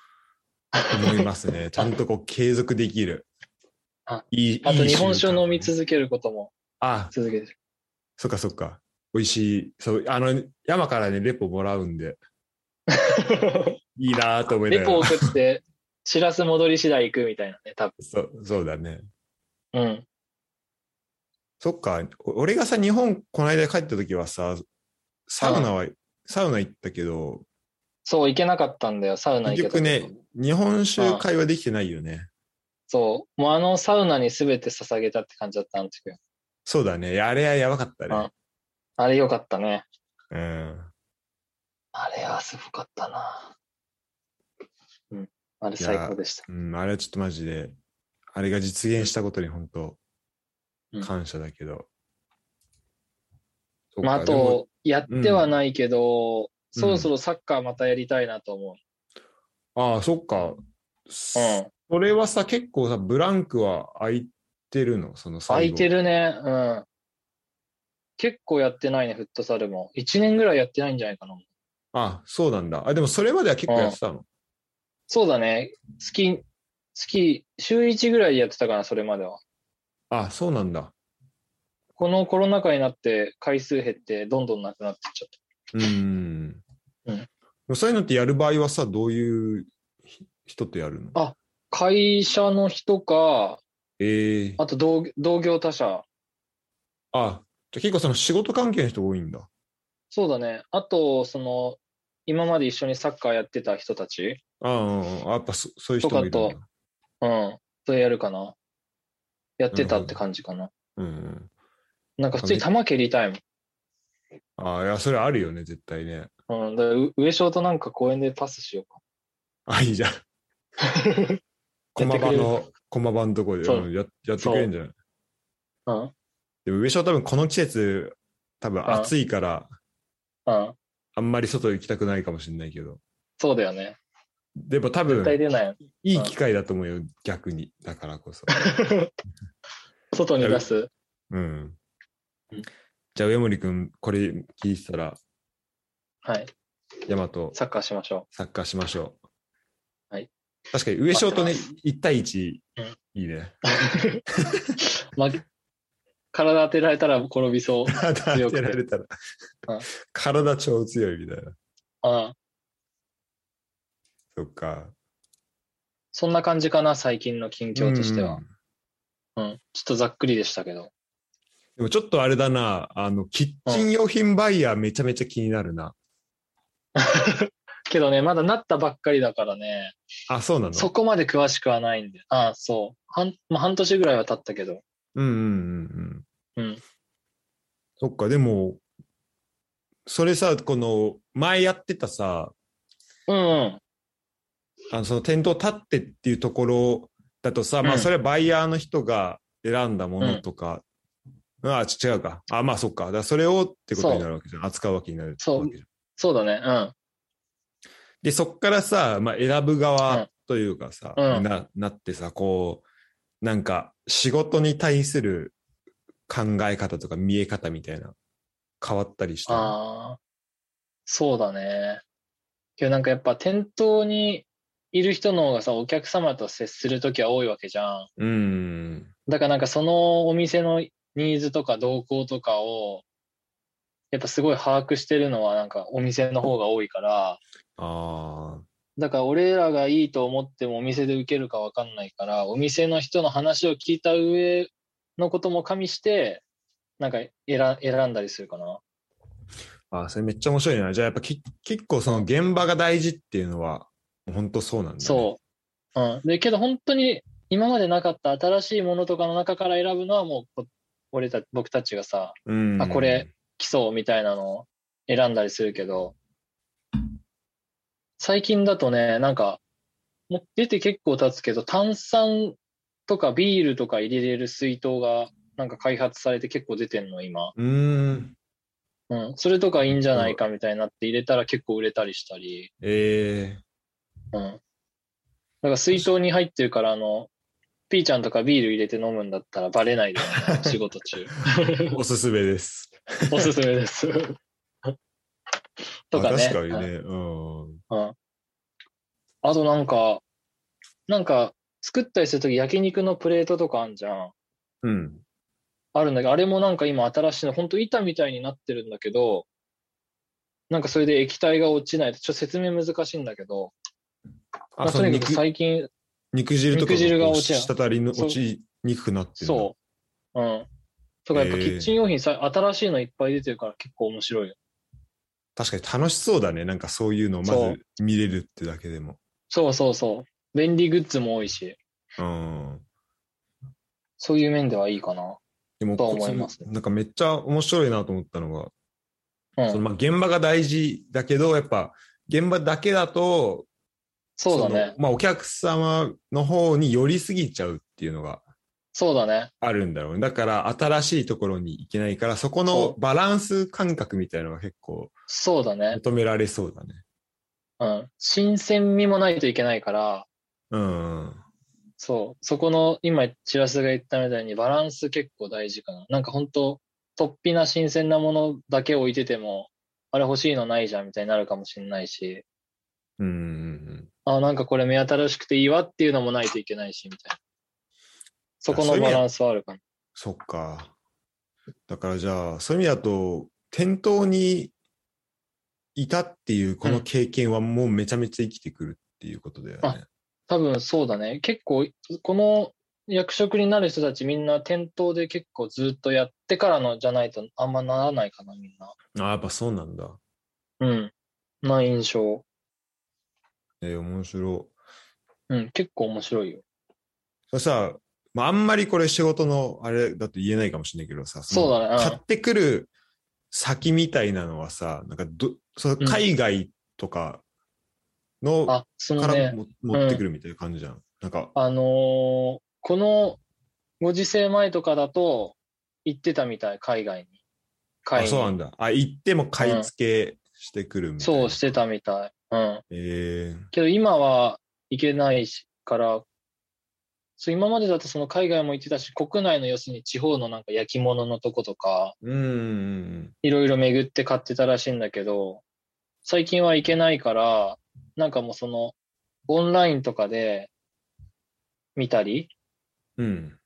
思います (laughs) ね。ちゃんとこう継続できるあ。いいあといい日本習酒慣を飲み続けることもあ、続けてる。そっかそっか。美味しい。そう、あの、山からね、レポもらうんで、 (laughs) いいなと思いなレがポら。送って、しらす戻り次第行くみたいなね、多そう、そうだね。分。うん。そっか。お俺がさ、日本、この間帰った時はさ、サウナは、サウナ行ったけど、そう、行けなかったんだよ、サウナ行結けたけ局どね、日本酒会はできてないよね。そう。もうあのサウナに全て捧げたって感じだったんですけど。そうだね。いやあれはやばかったね。あれよかったね。うん。あれはすごかったな。うん。あれ最高でした。うん、あれはちょっとマジで、あれが実現したことに本当うん、感謝だけど。そっまあ、かあでもと、やってはないけど、そろそろサッカーまたやりたいなと思ああ、そっか。う。うん。それはさ、結構さ、ブランクは空いてるのその空いてる。るね。うん。結構やってないね、フットサルも。1年ぐらいやってないんじゃないかな。あそうなんだ。あ、でもそれまでは結構やってたの。そうだね。月、月、週1ぐらいやってたかな、それまでは。あそうなんだ。このコロナ禍になって回数減って、どんどんなくなってっちゃっうん。 (laughs) うんでもそういうのってやる場合はさ、どういうひ人とやるのあた。会社の人か、ええあと同同業他社あ、じゃあ結構その仕事関係の人多いんだ。そうだね。あと、その、今まで一緒にサッカーやってた人たち、ああ、ああやっぱそそういう人もいるんだとかうん、それやるかな。やってたって感じかな。うんうん。なんか普通に球蹴りたいもん。ああ、いや、それあるよね、絶対ね。うん、だからう上翔となんか公園でパスしようか。あ、いいじ (laughs) ゃん。駒場の、駒場のとこでそううんややってくれるんじゃないうん、でも上昇多分この季節、多分暑いから、うん、あんまり外行きたくないかもしれないけど。そうだよね。でも多絶対分、出ない。いい機会だと思うよ、逆に。だから (laughs) こそ。外に出す。うんうん。じゃあ、上森くん、これ聞いてたら、はい。ヤマトサッカーしましょサッカーしましょう。はい。確かに、上昇とね待っ、 1対1、いうんいね。 (laughs) う。ま、体当てられたら転 (laughs) びそう。体当てられたらうん、体超強いみたいな。うん。そっか。そんな感じかな、最近の近況としてうはん。。うん。ちょっとざっくりでしたけど。 (laughs) でもちょっとあれだな、あの、キッチン用品バイヤーめちゃめちゃ気になるな。けどね、まだなったばっかりだからね、あ、そうなのそこまで詳しくはないんで。ああ、そう。半、まあ、半年ぐらいは経ったけど。うんうんうんうん。うん。そっか、でも、それさ、この、前やってたさ、うん、うん。あのその店頭立ってっていうところだとさ、まうあんそれはバイヤーの人が選んだものとか、ああち違うか。あまあそっか。だからそれをってことになるわけじゃん。扱うわけになるそうわけじゃん。そうだね。で、そっからさ、まあ選ぶうん側というかさ、うんななってさ、こう、なんか仕事に対する考え方とか見え方みたいな変わったりしうん。た。ああ。そうだね。けどなんかやっぱ店頭にいる人の方がさ、お客様と接するときは多いわけじゃん。うん。だからなんかそのお店のニーズとか動向とかを、やっぱすごい把握してるのはなんかお店の方が多いから、ああ。だから俺らがいいと思ってもお店で受けるかわかんないから、お店の人の話を聞いた上のことも加味して、なんか選選んだりするかな。あーそれめっちゃ面白いな。じゃあやっぱき結構その現場が大事っていうのは、本当そうなんだ、ね。そう。うん。で、けど本当に今までなかった新しいものとかの中から選ぶのはもうこ、俺た僕たちがさ、う。うん、あこれ。基礎みたいなのを選んだりするけど、最近だとね、なんか、もう出て結構経つけど、炭酸とかビールとか入れれる水筒がなんか開発されて結構出てんの、今。うーん。うん。それとかいいんじゃないかみたいになって入れたら結構売れたりしたり。えうん。だから水筒に入ってるから、あの、ピーちゃんとかビール入れて飲むんだったらバレないでね、仕 (laughs) 事中。 (laughs) ー、おすすめです。おすすめです。 (laughs) とかね。あ確かにね。うん。うん。あとなんか、なんか、作ったりするとき焼肉のプレートとかあんじゃん。うん。あるんだけど、あれもなんか今新しいの、ほんと板みたいになってるんだけど、なんかそれで液体が落ちないと、ちょっと説明難しいんだけど、まああ、そとのにかく肉最近、肉汁とか肉汁がこう落ちや滴りのそう落ちにくくなってるんだそう。うん。とかやっぱへえキッチン用品さ、新しいのいっぱい出てるから結構面白いよ。確かに楽しそうだね。なんかそういうのをまそうず見れるってだけでも。そうそうそう。便利グッズも多いし、うん。そういう面ではいいかな。でもとは思いますこうなんかめっちゃ面白いなと思ったのが、うそのん。まあ現場が大事だけど、やっぱ現場だけだと、そうだそ。ねのまあお客様の方に寄りすぎちゃうっていうのがそうだね。あるんだろうね。だから新しいところに行けないから、そこそのバランス感覚みたいなのが結構そうだね。求められそうだね。うん。新鮮味もないといけないから、うん。そう。そこの、今、チラスが言ったみたいに、バランス結構大事かな。なんか本当突飛な新鮮なものだけ置いてても、あれ欲しいのないじゃんみたいになるかもしれないし、うんうんうん。あ、なんかこれ目新しくていいわっていうのもないといけないし、みたいな。そこそうのいう意味バでランスはあるかな。そっか。だからじゃあ、そういう意味だと、店頭にいたっていうこうのん経験はもうめちゃめちゃ生きてくるっていうことだよね。多分そうだね。結構、この役職になる人たちみんな店頭で結構ずっとやってからのじゃないとあんまならないかな、みんな。ああ、やっぱそうなんだ。うん。な印象。えー、面白うん、結構面白いよ。い。さ、まあ、あんまりこれ仕事のあれだと言えないかもしれないけどさ、そうだねうん買ってくる先みたいなのはさ、なんかど、そのうん海外とかの、あ、そのからね、も、持ってくるみたいな感じじゃん。なんか、あのーこのご時世前とかだと行ってたみたい、海外に。あ、海そうな外んだ。あ、行っても買い付けしてくるみたいな。そうしてたみたい。うん。えーけど今は行けないしから、そう今までだとその海外も行ってたし、国内の要するに地方のなんか焼き物のとことか、うんうんいろいろ巡って買ってたらしいんだけど、最近は行けないから、なんかもうその、オンラインとかで見たりうん。うん。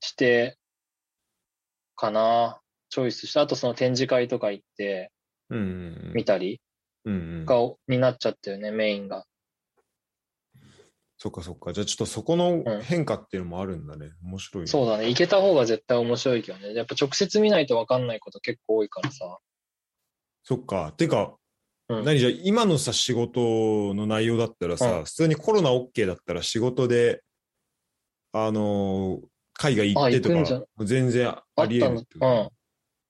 して、かな、チョイスして、あとその展示会とか行ってうんうんうん見たりうんうん。が、になっちゃったよね、メインが。そっかそっか。じゃあちょっとそこのうん変化っていうのもあるんだね。面白い、ね。そうだね、行けた方が絶対面白いけどね。やっぱ直接見ないと分かんないこと結構多いからさ。そっか。てか、うん何じゃあ今のさ、仕事の内容だったらさ、う普通にコロナ OK だったら仕事で、あのー海外行ってとあ行くんじゃか、全然あり得るってことあっ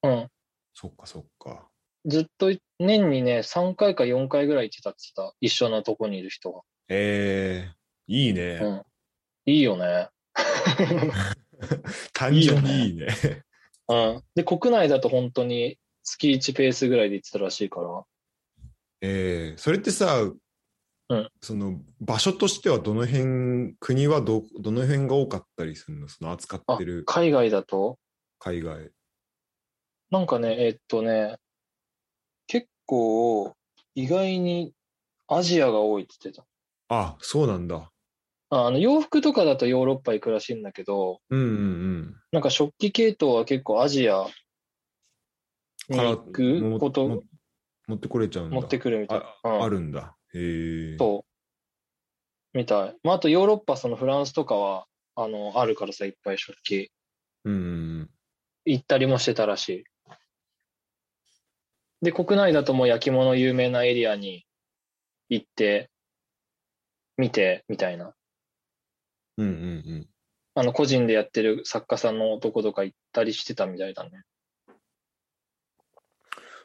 たのうん。そっかそっか。ずっと年にね、3回か4回ぐらい行ってたって言ってた。一緒のとこにいる人が。えー、いいね。うん。いいよね。単純にいいね。うん。で、国内だと本当に月1ペースぐらいで行ってたらしいから。えー、それってさ、うんその場所としてはどの辺、国はどどの辺が多かったりするのその扱っあてる、海外だと海外。なんかね、えっとね、結構意外にアジアが多いって言ってた。あ、そうなんだ。ああの洋服とかだとヨーロッパ行くらしいんだけど、うんうんなんか食器系統は結構アジアうん。に行くこもとも持ってこれちゃうんだ。持ってくるみたいな。うんあるんだ。へえ。そう。みたい。まあ、あとヨーロッパ、そのフランスとかは、あの、あるからさ、いっぱい食器。うんうん行ったりもしてたらしい。で、国内だともう焼き物有名なエリアに行って、見て、みたいな。うん。うんうんあの、個人でやってる作家さんの男とか行ったりしてたみたいだね。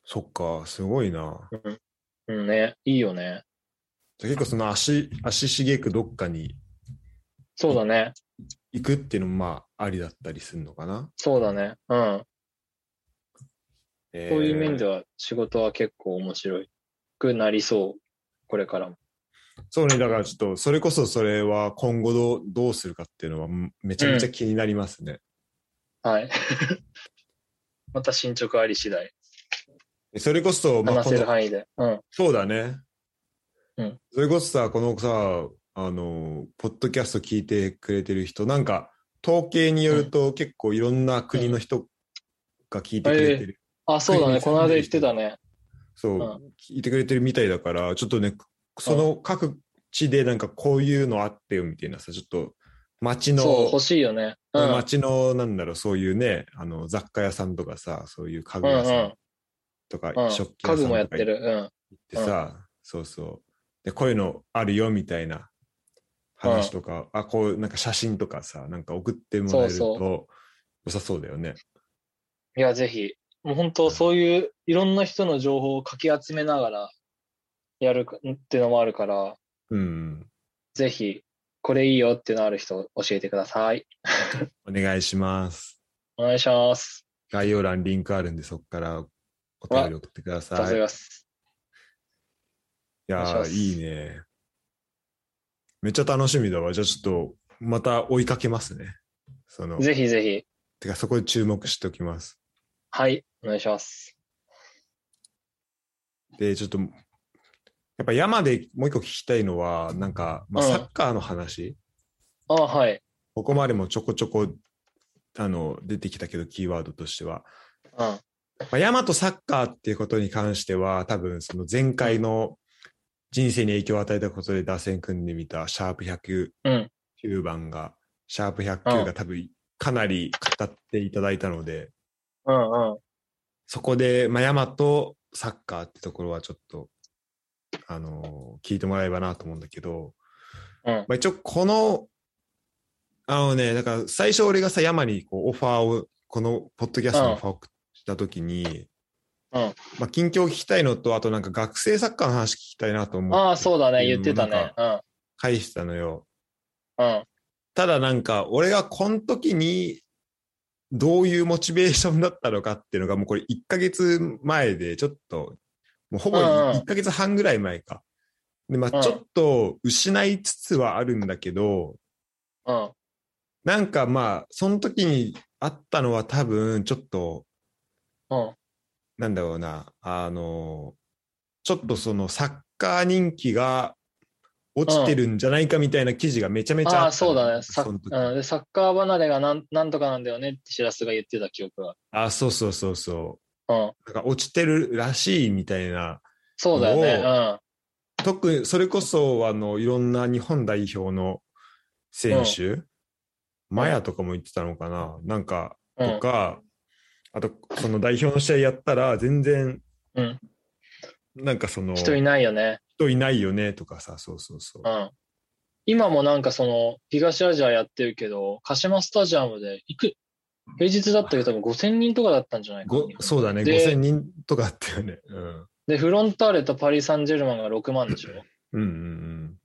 そっか、すごいな。うんね、いいよね。じゃあ結構その足、足しげくどっかにそうだね。行くっていうのもまあ、ありだったりするのかな。そうだね。うん。そそういう面では。は仕事は結構面白くなりそう。これからも。そうね、だからちょっと、それこそそれは今後どうどうするかっていうのはんめちゃめちゃ気になりますね。はい。 (laughs) また進捗あり次第。それこそ、まあ、話こせるの範囲で。うん。そうだね。うんそれこそさ、このさ、あの、ポッドキャスト聞いてくれてる人、なんか、統計によると結構いろんな国の人が聞いてくれてる。あ、そうだ国ね。にこの間言ってたね。そう、うん聞いてくれてるみたいだから、ちょっとね、その各地でなんかこういうのあってよみたいなさ、ちょっと街の、そう、欲しいよね。うん。うん街のなんだろうそういうねあの雑貨屋さんとかさそういう家具う屋さんん。とか、うん食器家屋さ具んともかやっ行てっる。うん。てさ、そうそうでこういうのあるよみたいな話とか、あこうなんか写真とかさなんか送ってもらえるそうと良さそうだよねいや、ぜひ。もう本当、そういういろんな人の情報をかき集めながらやるっていうのもあるから、うんぜひ、これいいよっていうのある人教えてください。お願いしますお願いします。概要欄リンクあるんでそこからお便り送ってくだありがさとうございいいます。やお願いしまーすいいねめっちゃ楽しみだわじゃあちょっとまた追いかけますねそのぜひぜひ。てかそこで注目しておきますはい。お願いします。で、ちょっと、やっぱ山でもう一個聞きたいのは、なんか、まあ、うんサッカーの話、あ、はい。ここまでもちょこちょこ、あの、出てきたけど、キーワードとしては。うん。まあ、山とサッカーっていうことに関しては、多分、その前回の人生に影響を与えたことで打線組んでみた、シャープうん。 109番が、シャープ109が多分かなり語っていただいたので、うんうん。そこで、まあ、山とサッカーってところはちょっと、あのー聞いてもらえればなと思うんだけど、うんまあ、一応この、あのね、だから最初俺がさ、山にこうオファーを、このポッドキャストのオファーをしたときに、うんまあ、近況聞きたいのと、あとなんか学生サッカーの話聞きたいなと思って。ああ、そうだね。言ってたね。うん。返したのよ。うん。ただなんか、俺がこの時に、どういうモチベーションだったのかっていうのが、もうこれ1ヶ月前で、ちょっと、もうほぼうんうん1ヶ月半ぐらい前か。で、まうあんちょっと失いつつはあるんだけど、うん。なんかまあ、その時にあったのは多分、ちょっと、うん。なんだろうな、あの、ちょっとそのサッカー人気が落ちてるんじゃないかみたいな記事がめちゃめちゃあああ、ったそうだね。サそッ,、の時うん、でサッカー離れがなんなんとかなんだよねってシラスが言ってた記憶が。あ、そうそうそうそう。うん。なんか落ちてるらしいみたいな、そうだよね。特にそれこそあのいろんな日本代表の選手、マヤとかも言ってたのかな、なんかうん。うと。んか、あとその代表の試合やったら全然、うんなんかその人いないよね。人いないよねとかさ、そうそうそうう。ん。今もなんかその、東アジアやってるけど、鹿島スタジアムで、いく、平日だったけど多分5000人とかだったんじゃないかなごそうだね、で5000人とかあったよね。うん。で、フロンターレとパリ・サンジェルマンが6万でしょ。うんうん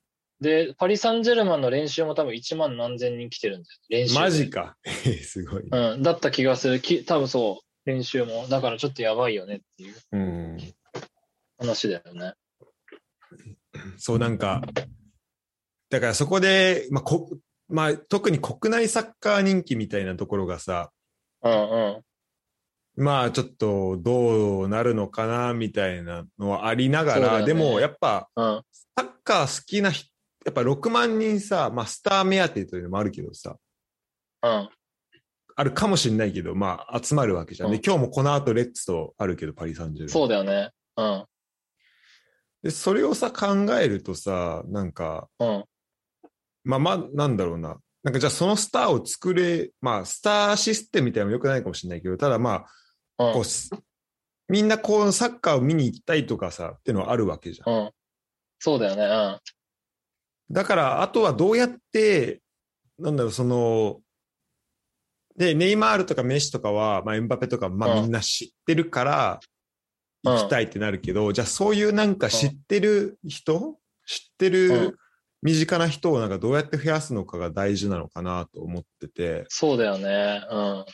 で、パリ・サンジェルマンの練習も多分1万何千人来てるんだよ。う練ん。習。マジか。 (laughs) すごい。うん。だった気がする。き多分そう、練習も。だからちょっとやばいよねっていううん。話だよね。そうなんか、だからそこで、まあこまあ、特に国内サッカー人気みたいなところがさ、うんうん。まあちょっとどうなるのかなみたいなのはありながそうだら、よねでもやっぱうん。サッカー好きな人、やっぱ6万人さ、まあスター目当てというのもあるけどさ、うん。あるかもしれないけど、まあ集まるわけじゃん。で、うん今日もこの後レッツとあるけど、パリ・サンジェルマンそうだよね。うん。で、それをさ、考えるとさ、なんか、うん。まあまあ、なんだろうな。なんかじゃあそのスターを作れ、まあスターシステムみたいなのも良くないかもしれないけど、ただまうあ、こんう。す、みんなこうサッカーを見に行きたいとかさ、っていうのはあるわけじゃん。うん。そうだよね。うん。だから、あとはどうやって、なんだろう、その、で、ネイマールとかメッシとかは、まあエンバペとか、まうあんみんな知ってるから、うん行きたいってなるけど、じゃあそういうなんか知ってる人知ってうんる身近な人をなんかどうやって増やすのかが大事なのかなと思ってて。そうだよね。うん。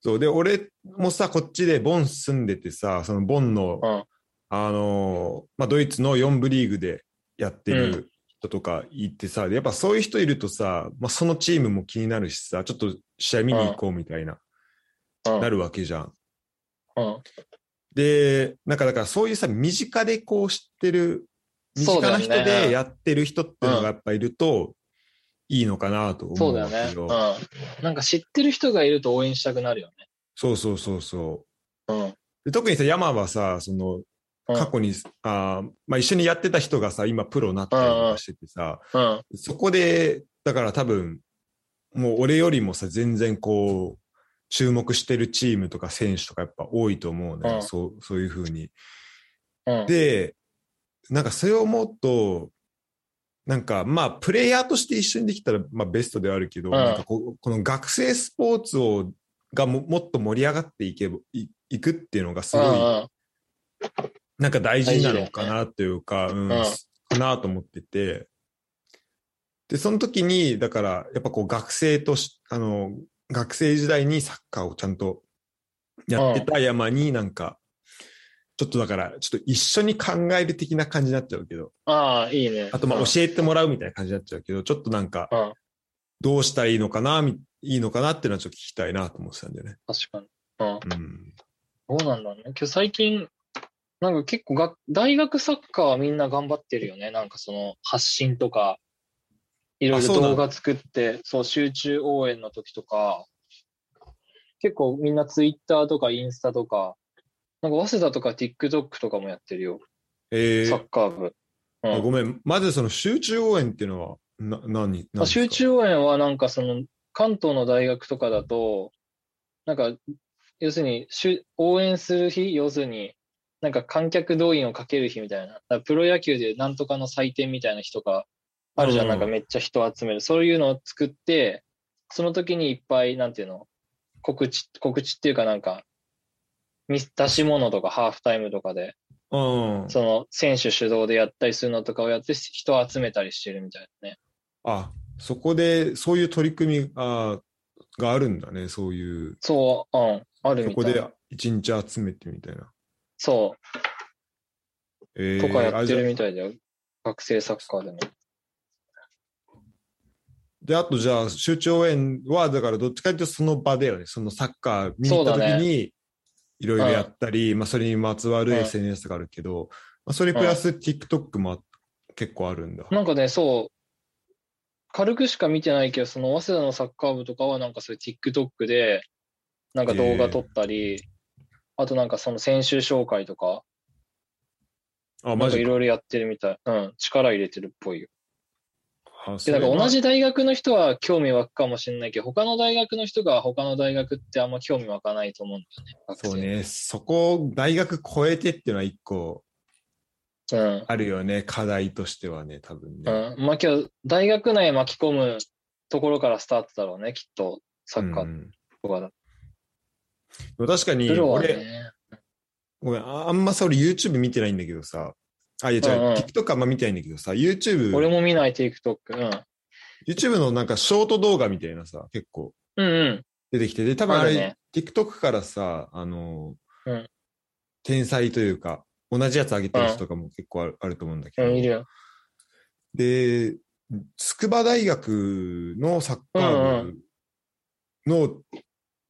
そうで俺もさこっちでボン住んでてさそのボンの、うんあのーまあ、ドイツの4部リーグでやってうる人とかいてさ、でやっぱそういう人いるとさ、まあ、そのチームも気になるしさちょっと試合見に行こうみたいな、うん。なるわけじゃん。うん。でなんかだからそういうさ身近でこう知ってる身そう近だよなね人でやってる人っていうのがやっぱいるといいのかなと思そううんだよだねけ。ど、うん。なんか知ってる人がいると応援したくなるよそうそうそうそう。ね。で特にさ山はさそのうん。過去に、あーまあ、一緒にやってた人がさ今プロになったりとかしててさ、うん。そこでだから多分もう俺よりもさ全然こう注目してるチームとか選手とかやっぱ多いと思うね、うんそうそういうふうに。うん。でなんかそれを思うとなんかまあプレイヤーとして一緒にできたら、まあ、ベストではあるけど、んなんかこうこの学生スポーツをがももっと盛り上がっていけばいいくっていうのがすうんごうい、ん。なんか大事なのかなというか、うん、うんかなと思ってて。で、その時に、だから、やっぱこう学生とし、あの、学生時代にサッカーをちゃんとやってた山になんか、ちょっとだから、ちょっと一緒に考える的な感じになっちゃうけど、ああ、いいね。あとまあうん教えてもらうみたいな感じになっちゃうけど、ちょっとなんかうん、どうしたらいいのかな、みいいのかなっていうのはちょっと聞きたいなと思ってたんだよね。確かに。うん。うん。そうなんだね。今日最近、なんか結構が、大学サッカーはみんな頑張ってるよね。なんかその発信とか、いろいあろそうなんだ動画作って、そう、集中応援の時とか、結構みんなツイッターとかインスタとか、なんか早稲田とか TikTok とかもやってるよ。えサーッカー部。うんあごめん。まずその集中応援っていうのは、な、何何ですか集中応援はなんかその関東の大学とかだと、なんか、要するに、しゅ応援する日、要するに、なんか観客動員をかける日みたいな、だからプロ野球でなんとかの祭典みたいな日とか、あるじゃん、うんなんかめっちゃ人集める。そういうのを作って、その時にいっぱい、なんていうの、告知、告知っていうかなんか、み出し物とかハーフタイムとかで、うん。その選手主導でやったりするのとかをやって人を集めたりしてるみたいなね。あ、そこで、そういう取り組みががあるんだね。そういう、そう、うん、あるそみこたいでな。一日集めてみたいな。そえう、ー、とかやあっじてゃあるみたいだよ。学生サッカーでも。で、あとじゃあ、集中応援は、だからどっちかというとその場だよね。そのサッカー見に行ったそうだ時ねに、いろいろやったり、まあそれにまつわるうん SNS とかあるけど、まあそれプラス TikTok もあ結構あるんだ。なんかね、そう、軽くしか見てないけど、その早稲田のサッカー部とかは、なんかそういう TikTok で、なんか動画撮ったり、あとなんかその選手紹介とか、あ、なマんかジいか。ろいろやってるみたい。うん、力入れてるっぽいよ。あそで、れなんか同はじ大学の人は興味湧くかもしれないけど、他の大学の人が他の大学ってあんま興味湧かないと思うんだよね。学生そう。ね。そこを大学超えてっていうのは一個うん。あるよね。課題としてはね、多分ね。うん、まあ今日、大学内巻き込むところからスタートだろうね、きっと、サッカうーんとかだ。でも確かにプロは俺、ね。ごめん、ああんまさ、俺 YouTube 見てないんだけどさ。あ、いや、じゃあ、うんうん TikTok あんま見てないんだけどさ、YouTube、俺も見ない TikTok。うん。 YouTube のなんかショート動画みたいなさ、結構うんうん。出てきて、で、多分ああれ、るね TikTok からさ、あの、うん天才というか、同じやつ上げてる人とかも結構ある,、あると思うんだけど、うん、いるよ。で、筑波大学のサッカー部の、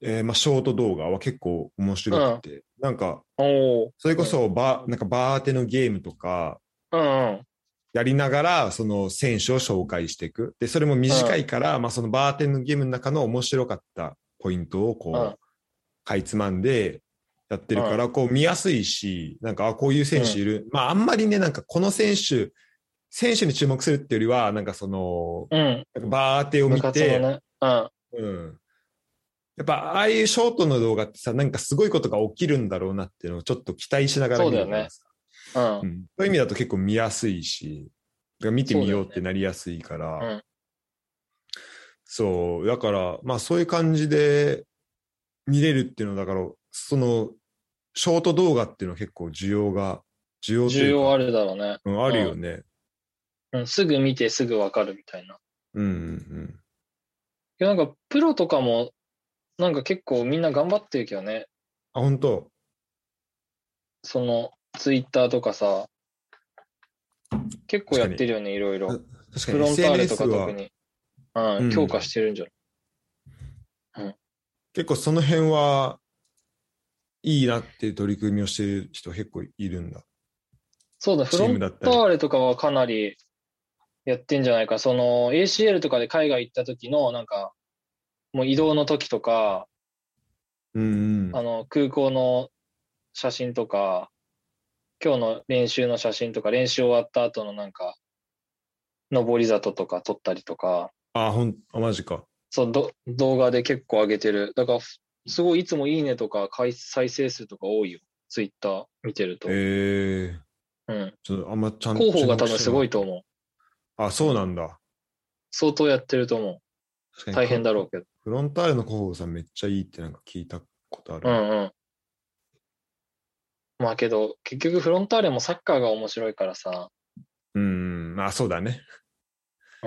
えーまあ、ショート動画は結構面白くて、なんか、おお。それこそバー、なんかバーテのゲームとか、うんうん。やりながら、その選手を紹介していく。で、それも短いから、まあそのバーテンのゲームの中の面白かったポイントをこう、うんかいつまんでやってるから、こう見やすいし、なんか、あ、こういう選手いる。まああんまりね、なんかこの選手、選手に注目するっていうよりは、なんかその、うん。なんかバーテンを部見活て、のね。うん。うん。やっぱああいうショートの動画ってさ、なんかすごいことが起きるんだろうなっていうのをちょっと期待しながら見るそうだよねさうんう。んそういう意味だと結構見やすいし、だから見てみようってなりやすいから、そうだよねそう、だから、まあそういう感じで見れるっていうのは、だから、その、ショート動画っていうのは結構需要が、需要と需いうか要あるだろうね。うん、あるよね。うん。すぐ見てすぐわかるみたいな。うんうんいや、なんか、プロとかも、なんか結構みんな頑張ってるけどね。あ、本当その、ツイッターとかさ、結構やってるよね、いろいろ。確フかにロンターレと SNS か特はに。ううんん、強化してるんじゃない結構その辺はいいなっていう取り組みをしてる人結構いるんだ。そうだ、チフーロムンだタったりーレとかはかなりやってんじゃないか。その ACL とかで海外行った時の、なんか、もう移動の時とか、うんうん。あの、空港の写真とか、今日の練習の写真とか、練習終わった後のなんか、上り里とか撮ったりとか、あ、ほん、あ、マジか。そう、ど動画で結構上げてる。だから、すごいいつもいいねとか回再生数とか多いよ。ツイッター見てると。ええうん。ちょっとあんまちゃんと。広報が多分すごいと。と思う。あ、そうなんだ。相当やってると思確かう。に大変だろうけど。フロンターレの広報さんめっちゃいいってなんか聞いたことある。うんうん。まあけど、結局フロンターレもサッカーが面白いからさ、うん。うん。まあそうだね。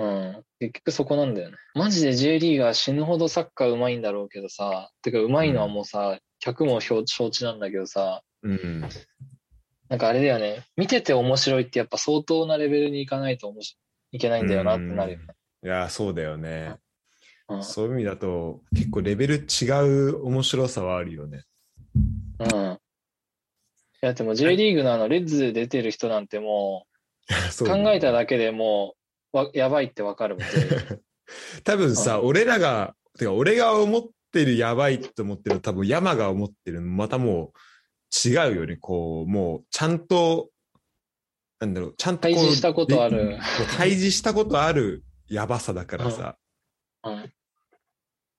うん、結局そこなんだよね。マジで J リーガー死ぬほどサッカーうまいんだろうけどさ、てかうまいのはもうさ、100も承承知なんだけどさ、うん。なんかあれだよね、見てて面白いってやっぱ相当なレベルにいかないと面白いいけないんだよなってなるよね。いや、そうだよね。うんそういう意味だと結構レベル違う面白さはあるよね。 (laughs) うん。いやでも J リーグのあのレッズで出てる人なんてもうそう考だねえただけでもうわやばいってわかるもん。 (laughs) 多分さ、俺らが、てか俺が思ってるやばいと思ってるの多分山が思ってるのまたもう違うよね。こう、もうちゃんと、なんだろう、ちゃんとこう。対峙したことあるで。対峙したことあるやばさだからさ。うん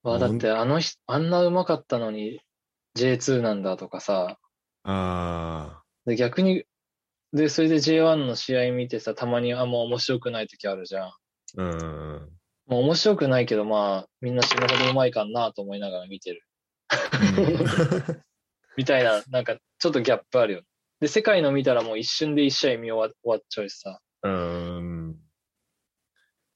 わあ、だってあの人、あんなうまかったのに J2 なんだとかさ、あで逆に、で、それで J1 の試合見てさ、たまにあんま面白くない時あるじゃん。あ、うん。もう面白くないけど、まあ、みんな死ぬほどうまいかなと思いながら見てる。みたい (laughs) な、なんか、ちょっとギャップあるよ。で、世界の見たらもう一瞬で一試合見終わ終わっちゃうしさ。うん。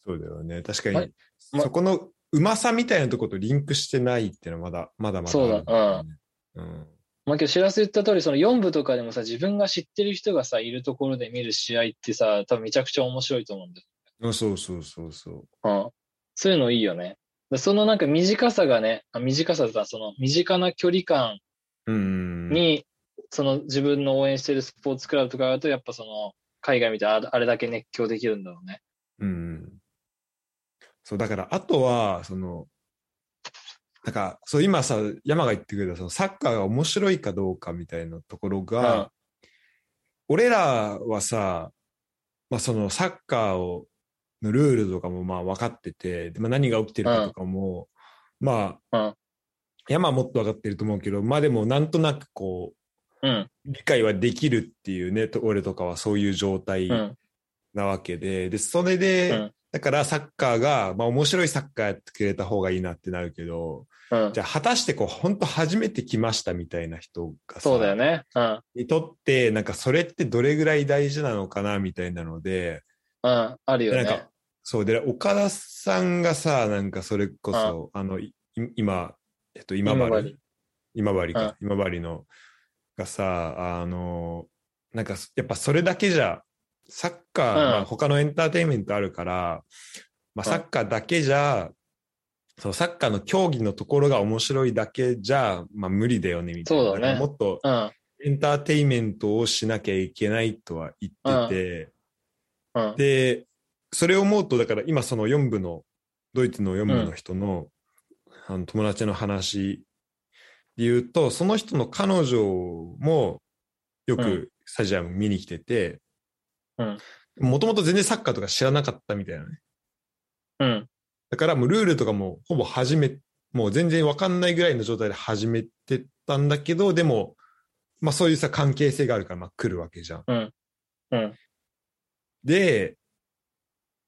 そうだよね。確かまに、まそこのうまさみたいなとことリンクしてないっていうのはまだ、まだまだあるんよね。うん。まあ、今日、知らせ言った通り、その4部とかでもさ、自分が知ってる人がさ、いるところで見る試合ってさ、多分めちゃくちゃ面白いと思うんだよ。うんそうそうそうそう。うん。そういうのいいよね。でそのなんか短さがね、あ短さだ、その身近な距離感うん。に、その自分の応援してるスポーツクラブとかだと、やっぱその、海外見てああれだけ熱狂できるんだろうね。うん。そう、だから、あとは、その、なんか、そう、今さ、山が言ってくれた、そのサッカーが面白いかどうかみたいなところが、うん俺らはさ、まあ、そのサッカーを、のルールとかもまあ分かってて、でまあ、何が起きてるかとかも、まあ、うん山はもっと分かってると思うけど、まあでも、なんとなくこうん。う、理解はできるっていうね、と俺とかはそういう状態うん。なわけで、で、それうで、ん。だからサッカーが、まあ面白いサッカーやってくれた方がいいなってなるけど、うんじ。ゃあ果たしてこう、本当初めて来ましたみたいな人がさそうだよね。うん。にとって、なんかそれってどれぐらい大事なのかなみたいなので、うん。あるよでなんねか。そうで、岡田さんがさ、なんかそれこそ、あの、い今、えっと、今今治治、今治か、今治の、がさ、あの、なんかやっぱそれだけじゃ、サッカー、うんまあ、他のエンターテインメントあるから、まあ、うサんッカーだけじゃ、そうサッカーの競技のところが面白いだけじゃ、まあ、無理だよねみたいなそうだねなんかもっとうん。エンターテインメントをしなきゃいけないとは言ってて、うん。で、それを思うと、だから今その4部の、ドイツの4部の人の,、あの友達の話で言うと、その人の彼女もようんくスタジアム見に来ててうん、もともと全然サッカーとか知らなかったみたいなね。うん。だからもうルールとかもほぼ始め、もう全然わかんないぐらいの状態で始めてたんだけど、でも、まあそういうさ関係性があるからまあ来るわけじゃん。うん。で、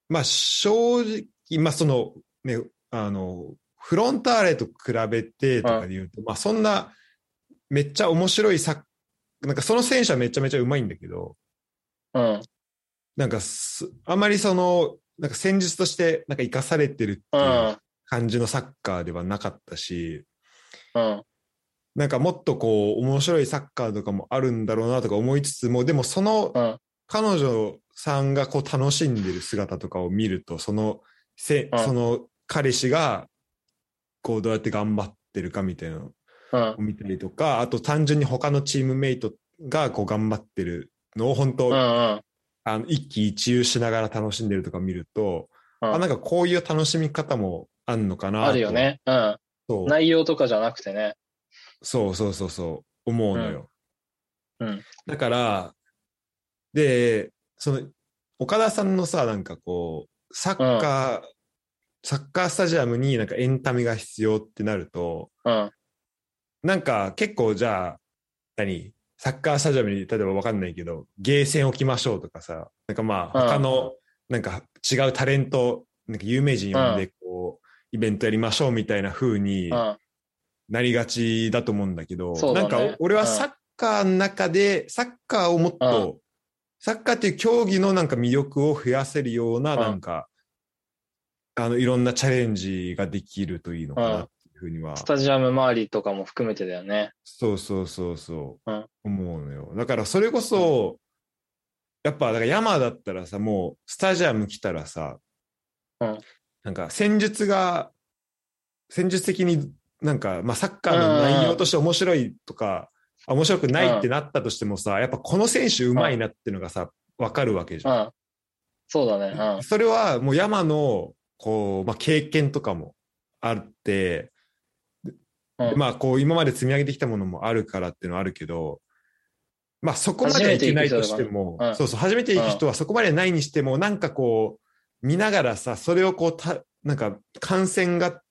まあ正直、まあそのね、あの、フロンターレと比べてとかで言うと、まあそんな、めっちゃ面白いサッなんかその選手はめちゃめちゃうまいんだけど、うん。なんかすあまりその、なんか戦術としてなんか生かされてるってう。いうん感じのサッカーではなかったし、うん。なんかもっとこう面白いサッカーとかもあるんだろうなとか思いつつも、でもそのうん。彼女さんがこう楽しんでる姿とかを見るとそのせ、うんその彼氏がこうどうやって頑張ってるかみたいなのうんを。見たりとかあと単純に他のチームメイトがこう頑張ってるのを本当、うん。あの一喜一憂しながら楽しんでるとか見ると、うんあなんかこういう楽しみ方もあんのかなとあるよね。うん。そう内容とかじゃなくてね。そうそうそうそう思うのよ、うんうんだからでその岡田さんのさなんかこうサッカー、サッカースタジアムになんかエンタメが必要ってなるとうん。なんか結構じゃあ何サッカースタジアムに例えば分かんないけどゲーセン置きましょうとかさなんかまあうん他のなんか違うタレントなんか有名人呼んでこうイベントやりましょうみたいな風にうん。なりがちだと思うんだけど、そうだなんねか俺はうんサッカーの中で、サッカーをもっと、サッカーっていう競技のなんか魅力を増やせるような、うんなんか、あの、いろんなチャレンジができるといいのかなっていうふうには、スタジアム周りとかも含めてだよね。そうそうそうそう、うん思うのよ。だからそれこそ、やっぱ、だから山だったらさ、もうスタジアム来たらさ、うんなんか戦術が、戦術的になんか、まあ、サッカーの内容として面白いとか、あ面白くないってなったとしてもさ、やっぱこの選手うまいなっていうのがさ、わかるわけじうゃん。ん。そうだね。それはもう山の、こう、まあ、経験とかもあって、うん。うん。まあこう今まで積み上げてきたものもあるからっていうのはあるけど、まあそこまではいけないとしても初めて行く人と、かねうんそうそう、初めて行く人はそこまでないにしても、なんかこう、見ながらさ、それをこうた、なんか感染が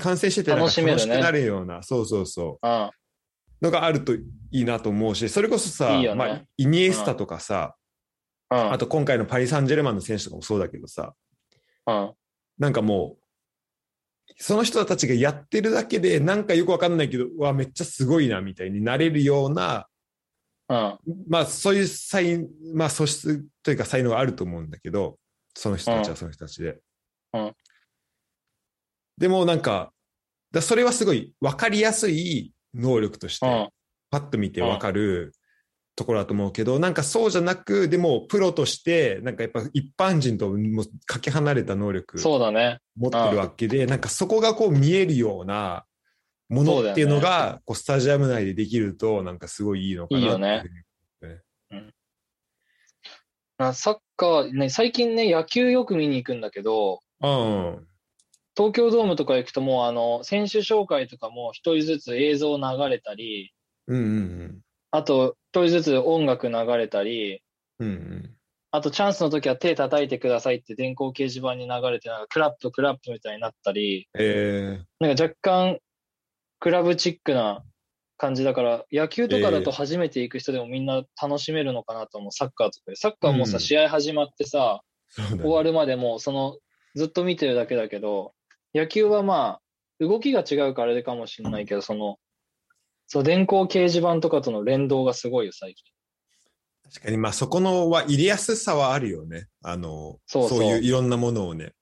完成しててなん楽かしめる楽ねしくなるような、そうそうそううん。のがあるといいなと思うし、それこそさ、いいよねまあ、イニエスタとかさ、うん。あと今回のパリ・サンジェルマンの選手とかもそうだけどさ、うん。なんかもう、その人たちがやってるだけで、なんかよくわかんないけど、うわ、めっちゃすごいなみたいになれるような、うん。まあ、そういう才、まあ、素質というか才能があると思うんだけど、その人たちはその人たちで。うんでも、なんか、だそれはすごい分かりやすい能力として、うん。パッと見てわかるところだと思うけど、なんかそうじゃなく、でもプロとして、なんかやっぱ一般人ともうかけ離れた能力そうだね。持ってるわけで、なんかそこがこう見えるようなものっていうのが、こうスタジアム内でできると、なんかすごいいいのかなっていう。いいよねあサッカーはね、最近ね、野球よく見に行くんだけど、うん。東京ドームとか行くともうあの、選手紹介とかも一人ずつ映像流れたり、うんうんあと一人ずつ音楽流れたり、うん。うんうん。あとチャンスの時は手叩いてくださいって電光掲示板に流れて、なんかクラップクラップみたいになったり、えなんか若干クラブチックな感じだから、野球とかだと初めて行く人でもみんな楽しめるのかなと思う、サッカーとかで。サッカーもさ、うん試合始まってさ、ー、そうだね終わるまでもうそのずっと見てるだけだけど野球はまあ動きが違うからあれかもしれないけどそのそう電光掲示板とかとの連動がすごいよ最近確かに、まあそこのは入れやすさはあるよね。あの、そうそういういろんなものをね。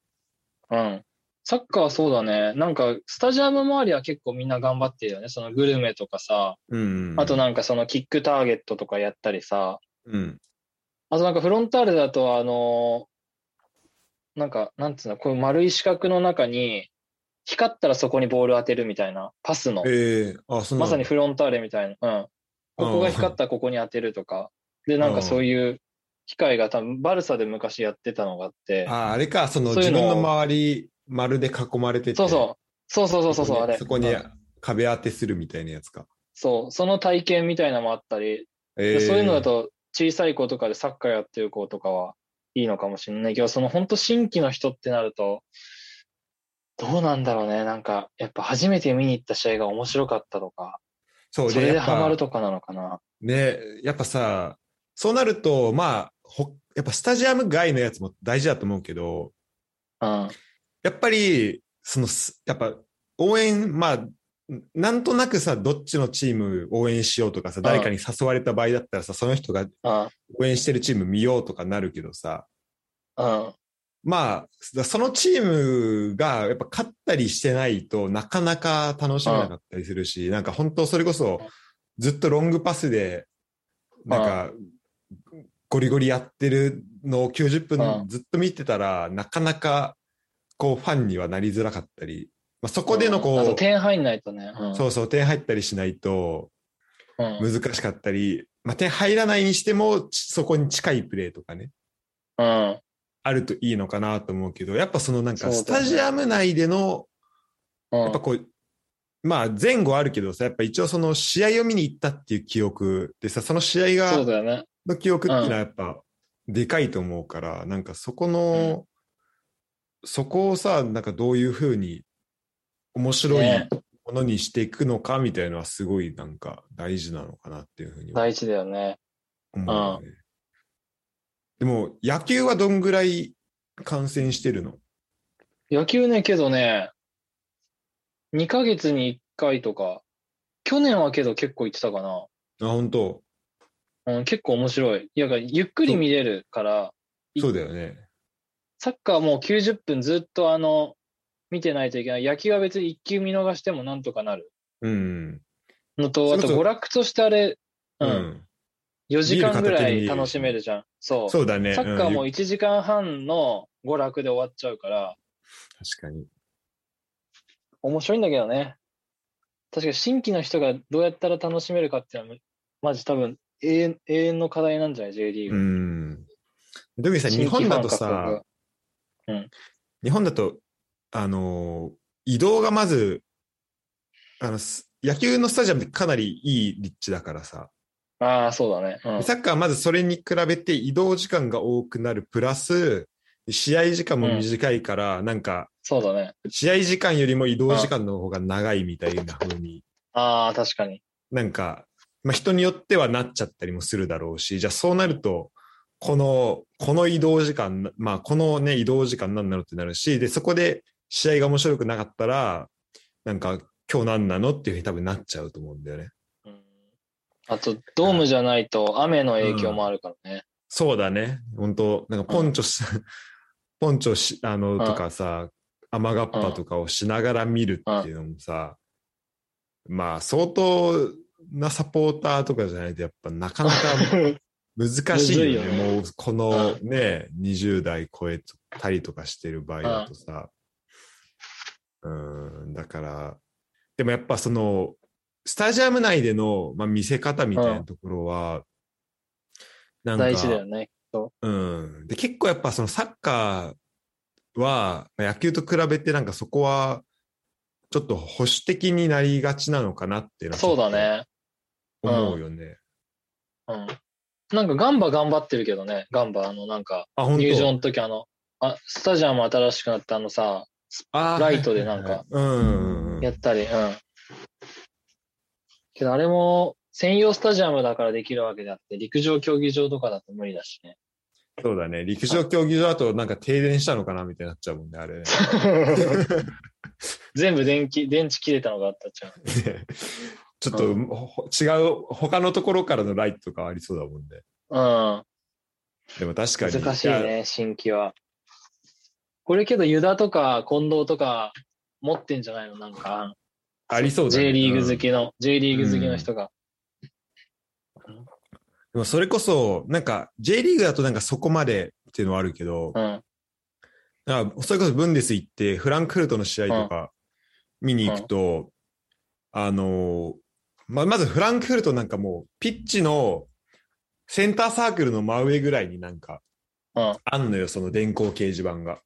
うんサッカーはそうだねなんかスタジアム周りは結構みんな頑張ってるよねそのグルメとかさうん、うん。あと、なんかそのキックターゲットとかやったりさうん。あとなんかフロンターレだとあのなんかなんつうのこういう丸い四角の中に光ったらそこにボール当てるみたいなパスのええあ、そんなまのさにフロンターレみたいな。うん。ここが光ったらここに当てるとか。で、なんかそういう機械が多分バルサで昔やってたのがあって。ああ、あれか、そのそうい自うの分の周り、丸で囲まれてて。そうそう。そうそうそうそうそう、あれ。そこにうそんこに壁当てするみたいなやつか。そう、その体験みたいなのもあったり、えでーそういうのだ。と小さい子とかでサッカーやってる子とかはいいのかもしれないけど、その本当新規の人ってなると、どうなんだろうね。なんか、やっぱ初めて見に行った試合が面白かったとか、そうそれでやっぱハマるとかなのかな。ね、やっぱさ、そうなると、まあ、ほやっぱスタジアム外のやつも大事だと思うけど、うん。やっぱり、その、すやっぱ応援、まあ、なんとなくさ、どっちのチーム応援しようとかさ、誰かに誘われた場合だったらさ、その人がうん。応援してるチーム見ようとかなるけどさ、うん。まあ、そのチームがやっぱ勝ったりしてないとなかなか楽しめなかったりするし、なんか本当それこそずっとロングパスで、なんかゴリゴリやってるのを90う分んずっと見てたら、なかなかこうファンにはなりづらかったり、まあ、そこでのこあとう、点入んないとね。うん。そうそう、点入ったりしないとう難んしかったり、まあ、点入らないにしてもそこに近いプレーとかね。うん。あるといいのかなと思うけど、やっぱそのなんかそうスだねタジアム内での、うんやっぱこう、まあ前後あるけどさ、やっぱ一応その試合を見に行ったっていう記憶でさ、その試合そうが、だよね。の記憶っていうのはやっぱでかいと思うから、なんかそこの、そこをさ、なんかどういうふうに面白いねものにしていくのかみたいのはすごいなんか大事なのかなっていうふうに大事だよね。思うよね。でも野球はどんぐらい観戦してるの野球ね、けどね、2ヶ月に1回とか、去年はけど結構行ってたかな。あ、本当うん、結構面白い。いや、ゆっくり見れるから、いそうだよね。サッカーはもう90分ずっとあの、見てないといけない。野球は別に1球見逃してもなんとかなるうん。のと、そあれことそ娯楽としてあれ、う。うんん、4時間ぐらい楽しめるじゃん。そう。そうだね。サッカーもうん1時間半の娯楽で終わっちゃうから、確かに。面白いんだけどね。確かに新規の人がどうやったら楽しめるかっていうのは、マジ多分永遠永遠の課題なんじゃない ?J リーうグ。ん。特にさ、新日規本だとファン獲さ得、日本だと、あのー移動がまず、あの、す野球のスタジアムってかなりいい立地だからさ、ああ、そうだね。うんサッカーはまずそれに比べて移動時間が多くなるプラス、試合時間も短いから、なんか、そうだね。試合時間よりも移動時間の方が長いみたいな風に、ああ、確かに。なんか、まあ、人によってはなっちゃったりもするだろうし、じゃあそうなると、この、この移動時間、まあ、このね、移動時間なんなのってなるし、で、そこで試合が面白くなかったら、なんか、今日何なのっていうふうに多分なっちゃうと思うんだよね。うんあと、ドームじゃないと雨の影響もあるからね。そうだね。本当なんかポンチョし、 (laughs) ポンチョし、あの、んとかさ、雨がっぱとかをしながら見るっていうのもさ、まあ、相当なサポーターとかじゃないと、やっぱなかなか難しいよね。むずいよねもう、このね、20代超えたりとかしてる場合だとさ、うん、だから、でもやっぱその、スタジアム内での、まあ、見せ方みたいなところは、なんか、 (laughs) 大事だよね。うん。で、結構やっぱそのサッカーは、まあ野球と比べてなんかそこは、ちょっと保守的になりがちなのかなっていうのはそうだね。ちょっと思うよね。うん。なんかガンバ頑張ってるけどね。ガンバ、あの、なんか、あ、本当入場の時あの、あ、スタジアム新しくなったあのさ、あーライトでなんかはいはいはいうんうんうん。やったり、うん。けどあれも、専用スタジアムだからできるわけであって、陸上競技場とかだと無理だし (laughs) ね。そうだね。陸上競技場だとなんか停電したのかなみたいになっちゃうもんね、あ (laughs) れね。全部電気、電池切れたのがあったじゃん。ねちょっと、うほ違う、他のところからのライトとかありそうだもんね。うん。でも確かに。難しいや。ね、新規は。これけど、ユダとか近藤とか持ってんじゃないのなんか、ありそうだね J リーグうん好きの、J リーグ好きの人が。でもそれこそ、なんか J リーグだとなんかそこまでっていうのはあるけど、うん。だからそれこそブンデス行ってフランクフルトの試合とか見に行くと、あのーまあ、まずフランクフルトなんかもうピッチのセンターサークルの真上ぐらいになんか、うんあんのよ、その電光掲示板が。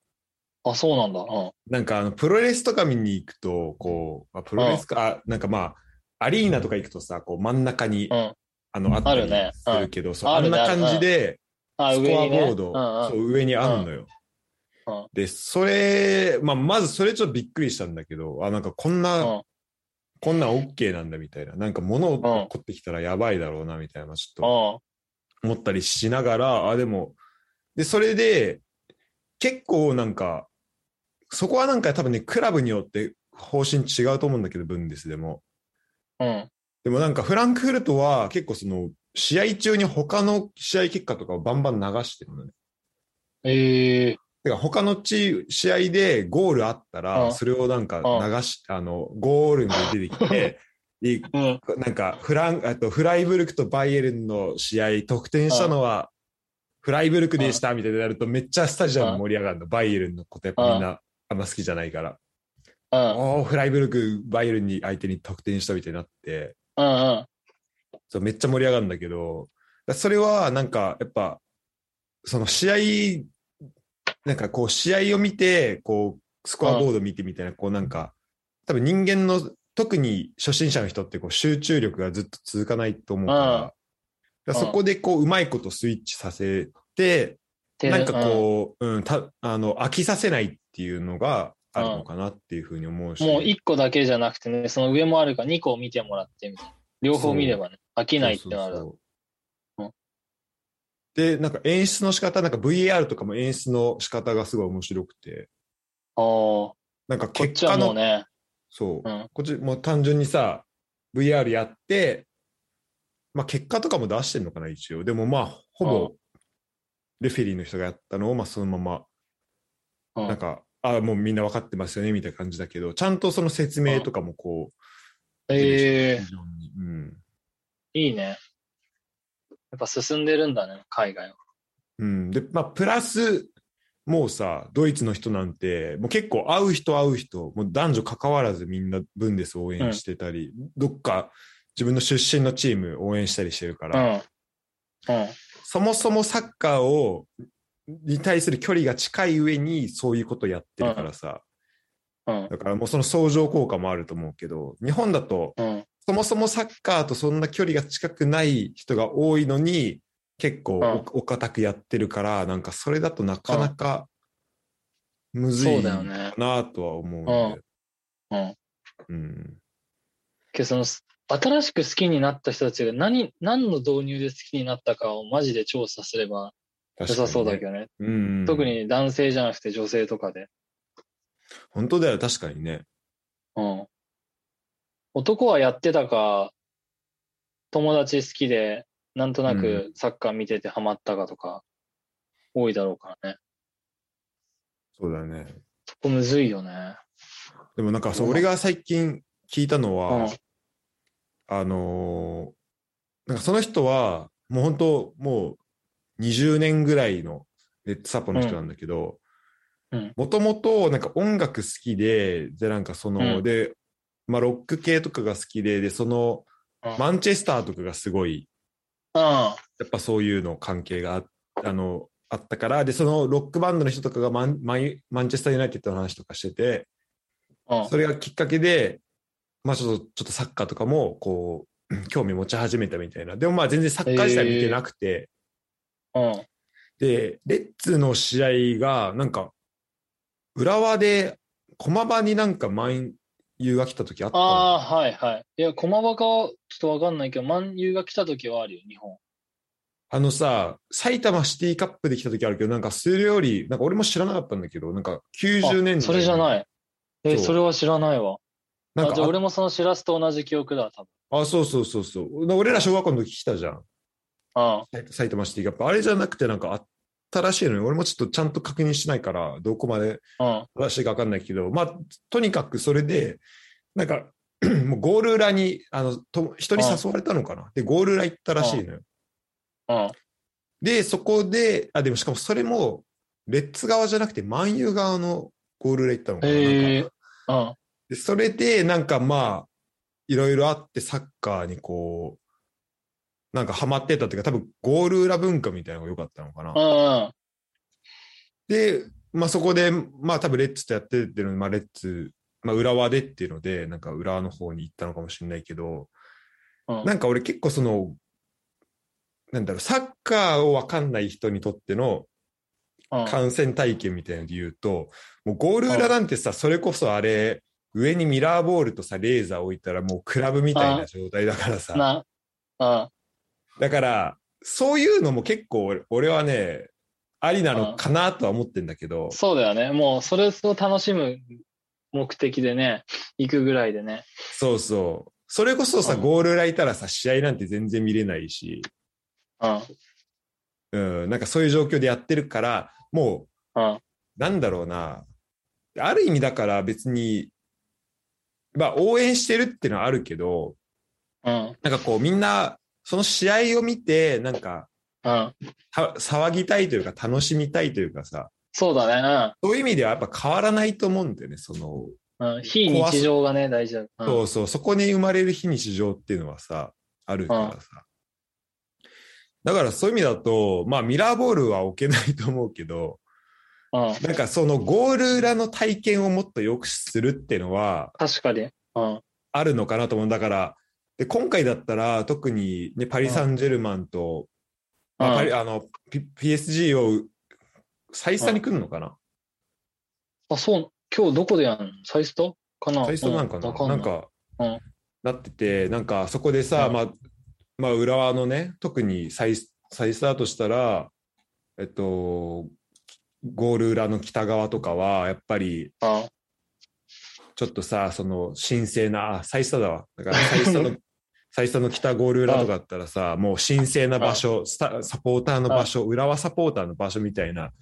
あ、そうなんだ。うん。なんかあのプロレスとか見に行くと、こう、まあ、プロレスか、あなんかまあ、アリーナとか行くとさ、こう真ん中に、うんあの、あったありるねするけど、そう、ああるんねな感じで、あ、ス上コアにね。ボード、うんそうう上にあんのよ。うんで、それ、まあ、まずそれちょっとびっくりしたんだけど、あ、なんかこんな、うんこんなん OK なんだみたいな。なんか物をん取ってきたらやばいだろうなみたいな、ちょっとん。うん。思ったりしながら、あ、でも、で、それで、結構なんか、そこはなんか多分ね、クラブによって方針違うと思うんだけど、ブンデスでも。うん。でもなんかフランクフルトは結構その、試合中に他の試合結果とかをバンバン流してるのね。ええてか他のチー試合でゴールあったうら、んそれをなんかう流し、あの、ゴールが出てきて、でうん。なんかフラン、あとフライブルクとバイエルンの試合、得点したのは、フライブルクでしたみたいになると、めっちゃスタジアム盛り上がるの。バイエルンのことやっぱみんなあんま好きじゃないから。うん。うんおーフライブルク、バイエルンに相手に得点したみたいになって、うん。そうめっちゃ盛り上がるんだけど、だそれはなんかやっぱ、その試合、なんかこう試合を見て、こうスコアボード見てみたいな、こうなんか、多分人間の、特に初心者の人ってこう集中力がずっと続かないと思うから、うんだからそこでこううまいことスイッチさせて、てなんかこう、うん、た、あの、飽きさせないっていうのがあるのかなっていうふうに思うし。もう1個だけじゃなくてね、その上もあるから2個を見てもらってみたいな。両方見ればね、飽きないってなそうる。うそうそうで、なんか演出の仕方、なんか VAR とかも演出の仕方がすごい面白くて、なんかこっち結は果の、もうね、そう、うんこっちもう単純にさ、VR やって、まあ結果とかも出してんのかな、一応。でもまあ、ほうぼ、レフェリーの人がやったのを、まあそのままうんなんか、あもうみんな分かってますよねみたいな感じだけど、ちゃんとその説明とかもこう、え非常に、うん。えいいね。やっぱ進んでるんだね、海外は。うん、で、まあ、プラス、もうさ、ドイツの人なんて、もう結構会う人会う人、もう男女関わらずみんなブンデスを応援してたり、どっか自分の出身のチーム応援したりしてるから、うん。うん。そもそもサッカーを、に対する距離が近い上にそういうことやってるからさ、うん。だからもうその相乗効果もあると思うけど、日本だとうん。そもそもサッカーとそんな距離が近くない人が多いのに、結構お,、うんお堅くやってるから、なんかそれだとなかなかむずそいうだよね。なとは思うんで。うん。うん。けどその、新しく好きになった人たちが何、何の導入で好きになったかをマジで調査すれば良さそうだけど。どね。うん。特。に男性じゃなくて女性とかで。本当だよ、確かにね。うん。男はやってたか、友達好きで、なんとなくサッカー見ててハマったかとか、多いだろうからね。そうだね。そこむずいよね。でもなんかそう、俺が最近聞いたのうんは、。あのーなんかその人は、もう本当、もう20年ぐらいのレッツサポの人なんだけどうんうん、もともとなんか音楽好きで、でなんかその、うんで、まあロック系とかが好きで、で、その、うんマンチェスターとかがすごい、うん。やっぱそういうの関係がああのあったから、で、そのロックバンドの人とかがマンマイマンチェスターユナイテッドの話とかしてて、うんそれがきっかけで、まあちょっと、ちょっとサッカーとかも、こう、興味持ち始めたみたいな。でもまあ全然サッカー自体見てなくて、うん。で、レッツの試合が、なんか、浦和で、駒場になんか満遊が来た時あったのああ、はいはい。いや、駒場か、ちょっとわかんないけど、満遊が来た時はあるよ、日本。あのさ、埼玉シティカップで来た時あるけど、なんかそれより、なんか俺も知らなかったんだけど、なんか90年代。。あそれじゃないい。え、そうそれは知らないわ。なんあかじゃあ俺あ、もその知らすと同じ記憶だ、多あ、そうそうそうそう。俺ら小学校の時来たじゃん。分。うん。埼埼玉シティカップ、あれじゃなくてなんかあったらしいのに、俺もちょっとちゃんと確認しないから、どこまでうん。正しいか分かんないけど、まあ、とにかくそれで、なんか、 (clears throat) もうゴール裏に、あの、と人に誘われたのかな。で、ゴール裏行ったらしいのよ。うん。で、そこで、あ、でもしかもそれも、レッツ側じゃなくて、万有側のゴール裏行ったのかな。へなえんかうん。でそれで、なんかまあ、いろいろあって、サッカーにこう、なんかハマってたっていうか、多分ゴール裏文化みたいなのが良かったのかな。うん。で、まあ、そこで、まあ、多分レッツとやってるので、まあ、レッツ、まあ、浦和でっていうので、なんか浦和の方に行ったのかもしれないけど、うん。なんか俺結構その、なんだろう、サッカーをわかんない人にとってのうん観戦体験みたいなので言うと、もうゴール裏なんてさ、それこそあれ、上にミラーボールとさ、レーザー置いたらもうクラブみたいな状態だからさ、な、うん。だから、そういうのも結構俺俺はね、ありなのかなとは思ってんだけど、そうだよね。もう、それを楽しむ目的でね、行くぐらいでね。そうそう。それこそさ、うんゴール裏いたらさ、試合なんて全然見れないし、うん。うん、なんかそういう状況でやってるから、もうん。う、なんだろうな、ある意味だから別に、まあ応援してるっていうのはあるけど、うん。なんかこうみんな、その試合を見て、なんか、うん。た騒ぎたいというか楽しみたいというかさ、そうだね。そういう意味ではやっぱ変わらないと思うんだよね、その、うん。うん。非日常がね、大事だ。うんそうそう、そこに生まれる非日常っていうのはさ、あるからさ。だからそういう意味だと、まあミラーボールは置けないと思うけど、うん。なんかそのゴール裏の体験をもっと良くするっていうのは確かに。うん。あるのかなと思う。だから、で今回だったら特に、ね、パリ・サンジェルマンと、まあパうリん。あの、P、PSG を再三に来るのかな、あ、そう。今日どこでやんのサイストかな最初なんかうな、わかんなないんか、うんなってて、なんかそこでさ、うんまあ、まあ、浦和のね、特に再再スタートしたら、えっと、ゴール裏の北側とかは、やっぱりうんちょっとさ、その神聖な、あ再スタだわ。だ (laughs) から再スタの、再スタの北ゴール裏とかだったらさ、もう神聖な場所、スタサポーターの場所、浦和サポーターの場所みたいな、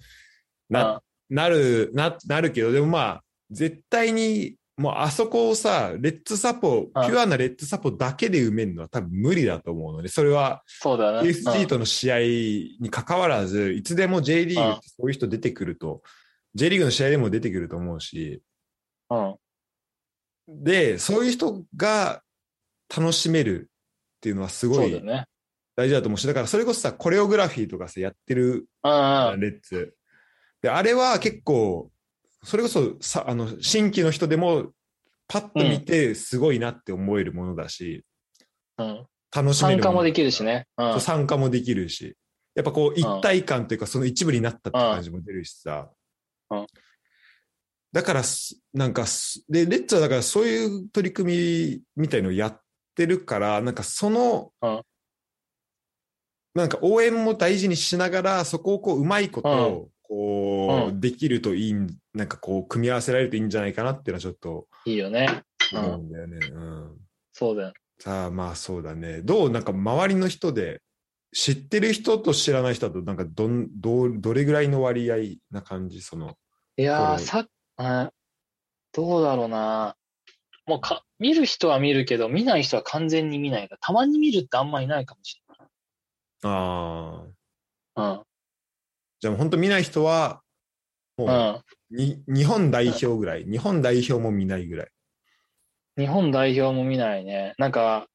なうんなる、な、なるけど、でもまあ、絶対に、もうあそこをさ、レッツサポ、ピあュアなレッツサポだけで埋めるのは多分無理だと思うので、それはそうだね。 PSG との試合に関わらず、いつでも J リーグってそういう人出てくると、J リーグの試合でも出てくると思うし、うん。うんで、そういう人が楽しめるっていうのはすごそうだいね。大事だと思うし、だからそれこそさ、コレオグラフィーとかさ、やってるうレん。ッツ。で、あれは結構、それこそさ、あの、新規の人でも、パッと見て、すごいなって思えるものだし、うん。楽しめる参加のもできるし。ね。うんそう。参加もできるし。やっぱこう、一体感というか、その一部になったって感じも出るしさ。うんだからす、なんかす、で、レッツはだからそういう取り組みみたいのをやってるから、なんかその、うんなんか応援も大事にしながら、そこをこう、うまいこと、こう、うできるといいん、なんかこう、組み合わせられるといいんじゃないかなっていうのはちょっといいよね。思うんだよね。うん。そうだよ。さあ、まあそうだね。どう、なんか周りの人で、知ってる人と知らない人だと、なんかどん、どう、どれぐらいの割合な感じ、その、いやー、そうさっ、うんどうだろうな。もうか、見る人は見るけど、見ない人は完全に見ないから、たまに見るってあんまいないかもしああ。れない。じゃあ本当見ない人は、もう。うんうん。に日本代表ぐらい、日本代表も見ないぐらい。日本代表も見ないね。なんか、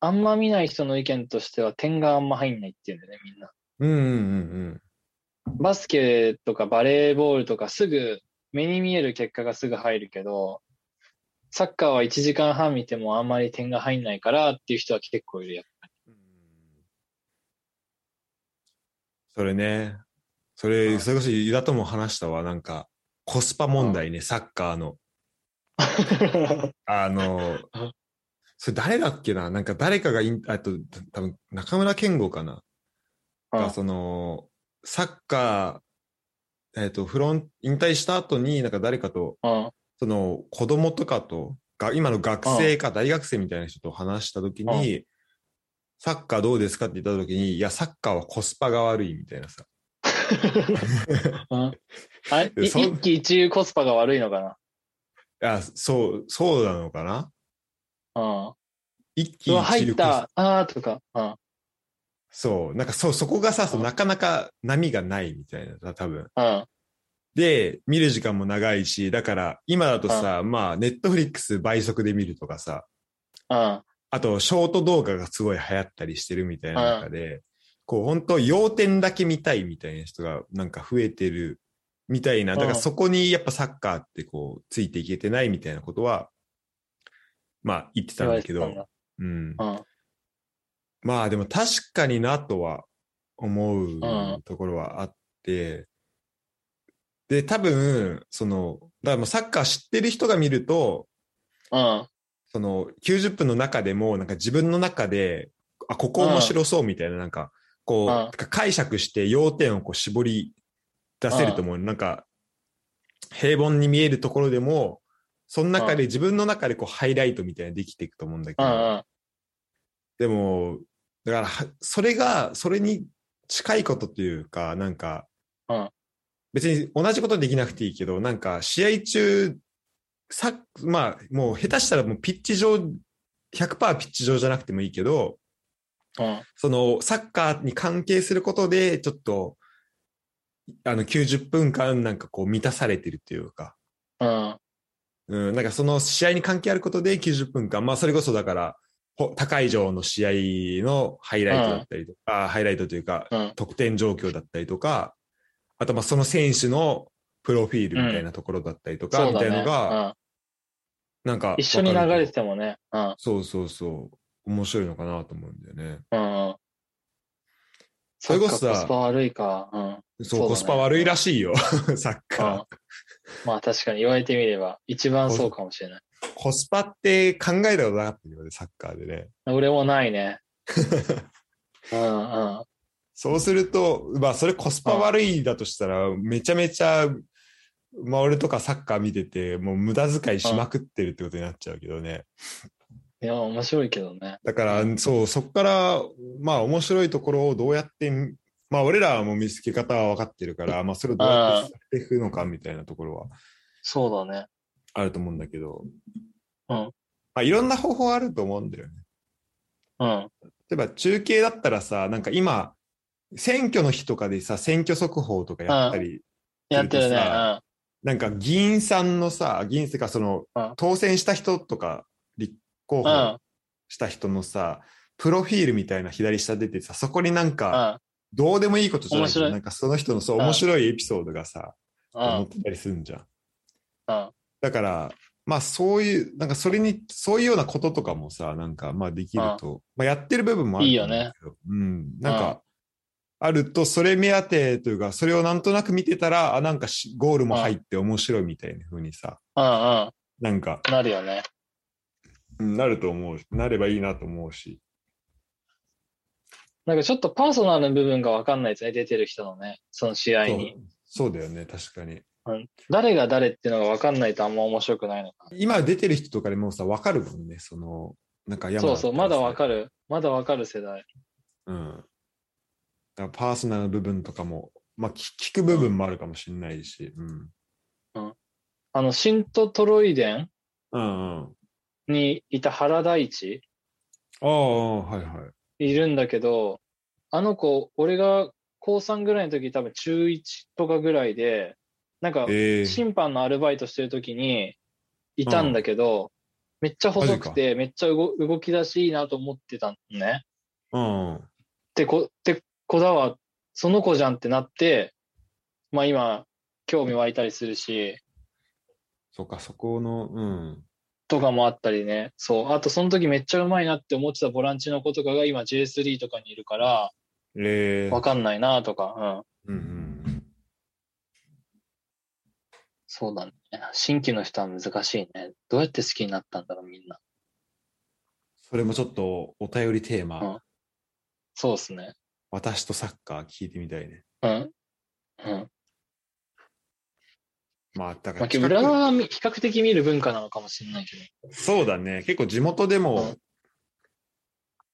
あんま見ない人の意見としては点があんま入んないっていうんだよね、みんな。うんうんうんバスケとかバレーボールとかすぐ、目に見える結果がすぐ入るけど、サッカーは1時間半見てもあんまり点が入んないからっていう人は結構いる (laughs) よ。うん。それね、それ、うんそれこそユダとも話したわ、なんか、コスパ問題ね、サッカーの。あ (laughs) のうん、それ誰だっけななんか誰かがイン、あと、多分中村健吾かなうんが、その、サッカー、えっ、と、フロン、引退した後に、なんか誰かと、うん。その子供とかとが今の学生か大学生みたいな人と話した時に、サッカーどうですかって言った時にいやサッカーはコスパが悪いみたいなさうんあいそん一喜一憂コスパが悪いのかあそうそうなのかななうん。一気うわ、一入っ憂た、あーとか、うん。そうなんかそうそこがさそううんなかなか波がないみたいなさ多分うん。で見る時間も長いしだから今だとさまあネットフリックス倍速で見るとかさうん。あと、ショート動画がすごい流行ったりしてるみたいな中で、こう、本当要点だけ見たいみたいな人がなんか増えてるみたいな、だからうんそこにやっぱサッカーってこう、ついていけてないみたいなことは、まあ言ってたんだけ言われてど、うんた。んだまあでも確かになとは思ううんところはあって、で、多分、その、だからもうサッカー知ってる人が見ると、うん。うん。その90分の中でもなんか自分の中であここ面白そうみたいななんかこううんなんか解釈して要点をこう絞り出せると思うなんか平凡に見えるところでもその中で自分の中でこうハイライトみたいなのできていくと思うんだけうん。うどん。でもだからはそれがそれに近いことというかなんかうん別に同じことできなくていいけどなんか試合中サッまあもう下手したらもうピッチ上100%ピッチ上じゃなくてもいいけどうん。そのサッカーに関係することでちょっとあの90分間なんかこう満たされてるというか、うん。うん、なんかその試合に関係あることで90分間まあそれこそだからほ高い上の試合のハイライトだったりとか、あハイライトというかうん。得点状況だったりとかあとまあその選手のプロフィールみたいなところだったりとか、そうみだたいなね。のが、うん。なんか一緒に流わかれるててもね。うん。そうそうそう。面白いのかなと思うんだよね。うん。それこそサさッカーコスパ悪いか。うそう、ん。そうだねコスパ悪いらしいよ。 (laughs) サッうんカまあ確かに言われてみれば、一番そうかもしれない。ー。コスパって考えたことなかったよね、サッカーでね。俺もないね。うんうん。そうすると、まあ、それコスパ悪いだとしたら、めちゃめちゃ、まあ、俺とかサッカー見てて、もう無駄遣いしまくってるってことになっちゃうけどね。いや、面白いけどね。だから、そう、そこから、まあ、面白いところをどうやって、まあ、俺らはもう見つけ方は分かってるから、まあ、それをどうやってやっていくのかみたいなところはそうだね。あると思うんだけど、うんまあ、いろんな方法あると思うんだよね。うん。例えば中継だったらさ、なんか今、選挙の日とかでさ、選挙速報とかやったり、やってるね。さなんか議員さんのさ、議員っていうかそのうん、当選した人とか、立候うん。うん補。した人のさ、プロフィールみたいな左下出てさ、そこになんうか、ん。どうでもいいことじゃないけ面白ど、いなんかその人のそう、うん面白いエピソードがさ、う載っん。てたりするんじゃん。うん。だから、まあそういう、なんかそれに、そういうようなこととかもさ、なんかまあできると、まあやってる部分もあると思うんだけどうん、なんか、あると、それ目当てというか、それをなんとなく見てたら、あ、なんかしゴールも入って面白いみたいな風にさ、うんうん。なんか、なるよね。うんなると思う、なればいいなと思うし。なんかちょっとパーソナルな部分がわかんないですね、出てる人のね、その試合そうに。そうだよね、確かに。誰が誰っていうのがわかんないとあんま面白くないのか今出てる人とかでもさ、わかるもんね、その、なんかな。山そうそう、まだわる。かる。まだわかる世代。うん。だからパーソナルな部分とかも、まあ、聞聞く部分もあるかもしれないし、うん。あの、シント・トロイデンうんうん。にいた原大一ああ、はいはい。いるんだけど、あの子、俺が高3ぐらいの時多分中1とかぐらいで、なんかええ審判のアルバイトしてる時にいたんだけど、めっちゃ細くマて、めっちゃ動動き出しいいなと思ってたのね。うんうん。ってこ、って子だわ、その子じゃんってなって、まあ今、興味湧いたりするし、そっか、そこの、うん。とかもあったりね。そう。あとその時めっちゃうまいなって思ってたボランチの子とかが今 J3 とかにいるから、ええわかんないなとか、うん。うんうん。そうだね。新規の人は難しいね。どうやって好きになったんだろう、みんな。それもちょっとお便りテーマ、うんそうですね。私とサッカー聞いてみたいね。うん。うん。まあ、だかまあ、らけ近どく、浦和はみ比較的見る文化なのかもしれないけそうだね。結構地元でも、ど。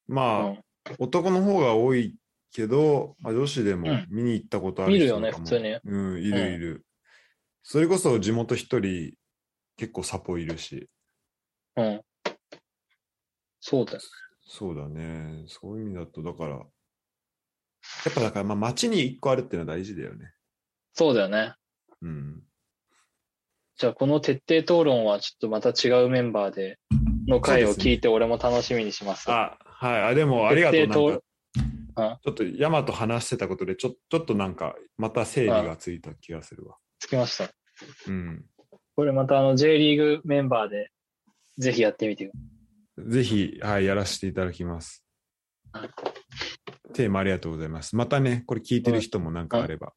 まあ、男の方が多いけど、まあ、女子でもうん見に行ったことある見る人よねとかも普通にうん、いるいる。それこそ地元一人、結構サポいるし。うん。うん。そうだよ。そうだね。そういう意味だと、だから、やっぱだから、まあ、街に一個あるっていうのは大事だよね。そうだよね。うん。じゃあこの徹底討論はちょっとまた違うメンバーでの回を聞いて俺も楽しみにします。あ、はい。あ、でも、ありがとう。徹なん底か討あちょっと山と話してたことでちょ、ちょっとなんか、また整理がついた気がするわ。つきました。うん。これまたあの J リーグメンバーでぜひやってみてくぜひ、はい、やらせていただきます。ださい。テーマありがとうございます。またね、これ聞いてる人もなんかあれば。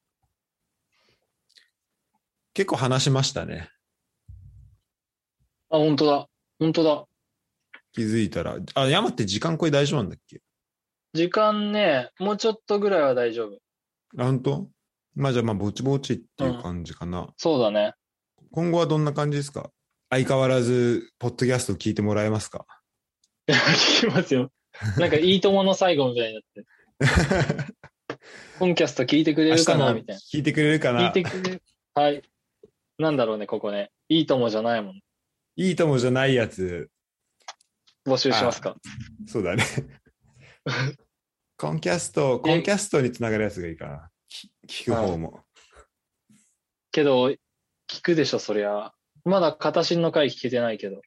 結構話しましたね。あ、本当だ。本当だ。気づいたら。あ、山って時間これ大丈夫なんだっけ時間ね、もうちょっとぐらいは大丈夫。あ、本当まあじゃあ、まあ、ぼちぼちっていう感じかな。そうだね。今後はどんな感じですか相変わらず、ポッドキャスト聞いてもらえますか (laughs) 聞きますよ。なんかいいともの最後みたいになって。本キャスト聞いてくれ明る日かなもみたい聞いてくれるかな。聞ないてくれる。はい。なんだろうね、ここね。いいともじゃないもん。いいともじゃないやつ。募集しますか。そうだね。コンキャスト、コンキャストにつながるやつがいいかな。き聞く方も。けど、聞くでしょ、そりゃ。まだ片新の回聞けてないけど。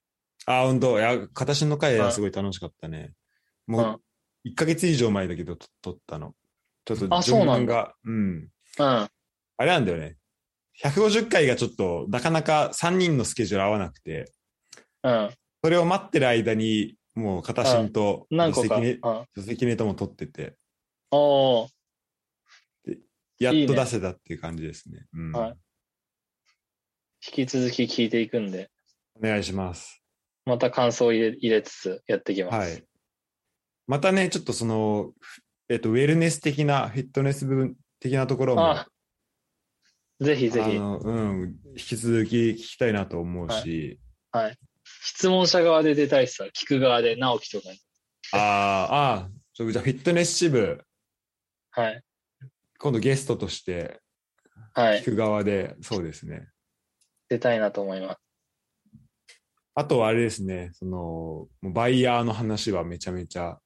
あ、本当いや、形の回はすごい楽しかったね。うもんう、。1ヶ月以上前だけど、と撮ったの。ちょっとあそう順な番んだが、うん。うん。あれなんだよね。150回がちょっと、なかなか3人のスケジュール合わなくて、うん。それを待ってる間に、もう、片新と、何個か。関う根ん。お関根とも撮ってて、おー。やっいいとね出せたっていう感じですね。うん。はい引き続き聞いていくんで、お願いします。また感想を入れ入れつつやっていきます。はい。またね、ちょっとその、ふえっと、ウェルネス的な、フィットネス部分的なところも、あぜひぜひあ、のうん、引き続き聞きたいなと思うし、質問者側で出たいっすわ聞く側で、直樹とかに。あーあー、ちょじゃあフィットネス支部、はい。今度ゲストとして、は聞い。く側で、そうですね。出たいなと思います。あとはあれですね、その、もうバイヤーの話はめちゃめちゃ、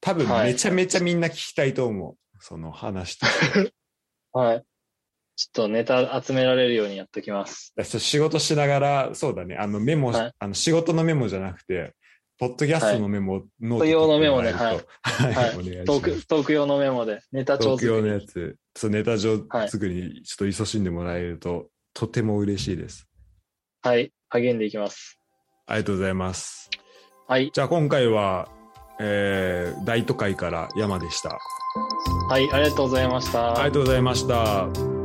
多分はいめちゃめちゃみんな聞きたいと思う。その話として。はい。ちょっとネタ集められるようにやっときます。だからそう仕事しながら、そうだね、あのメモ、はいあの仕事のメモじゃなくて、ポッドキャストのメモ、ノートト用のメモね取ってもらえるとははいい、お願いします。トーク、トーク用のメモで、ネタト調ーク用整の。やつ、そうネタ上はい作りにちょっと勤しんでもらえると、とても嬉しいです。はい。励んでいきます。ありがとうございます。はい。じゃあ今回は、えー大都会から山でした。はい、ありがとうございました。ありがとうございました。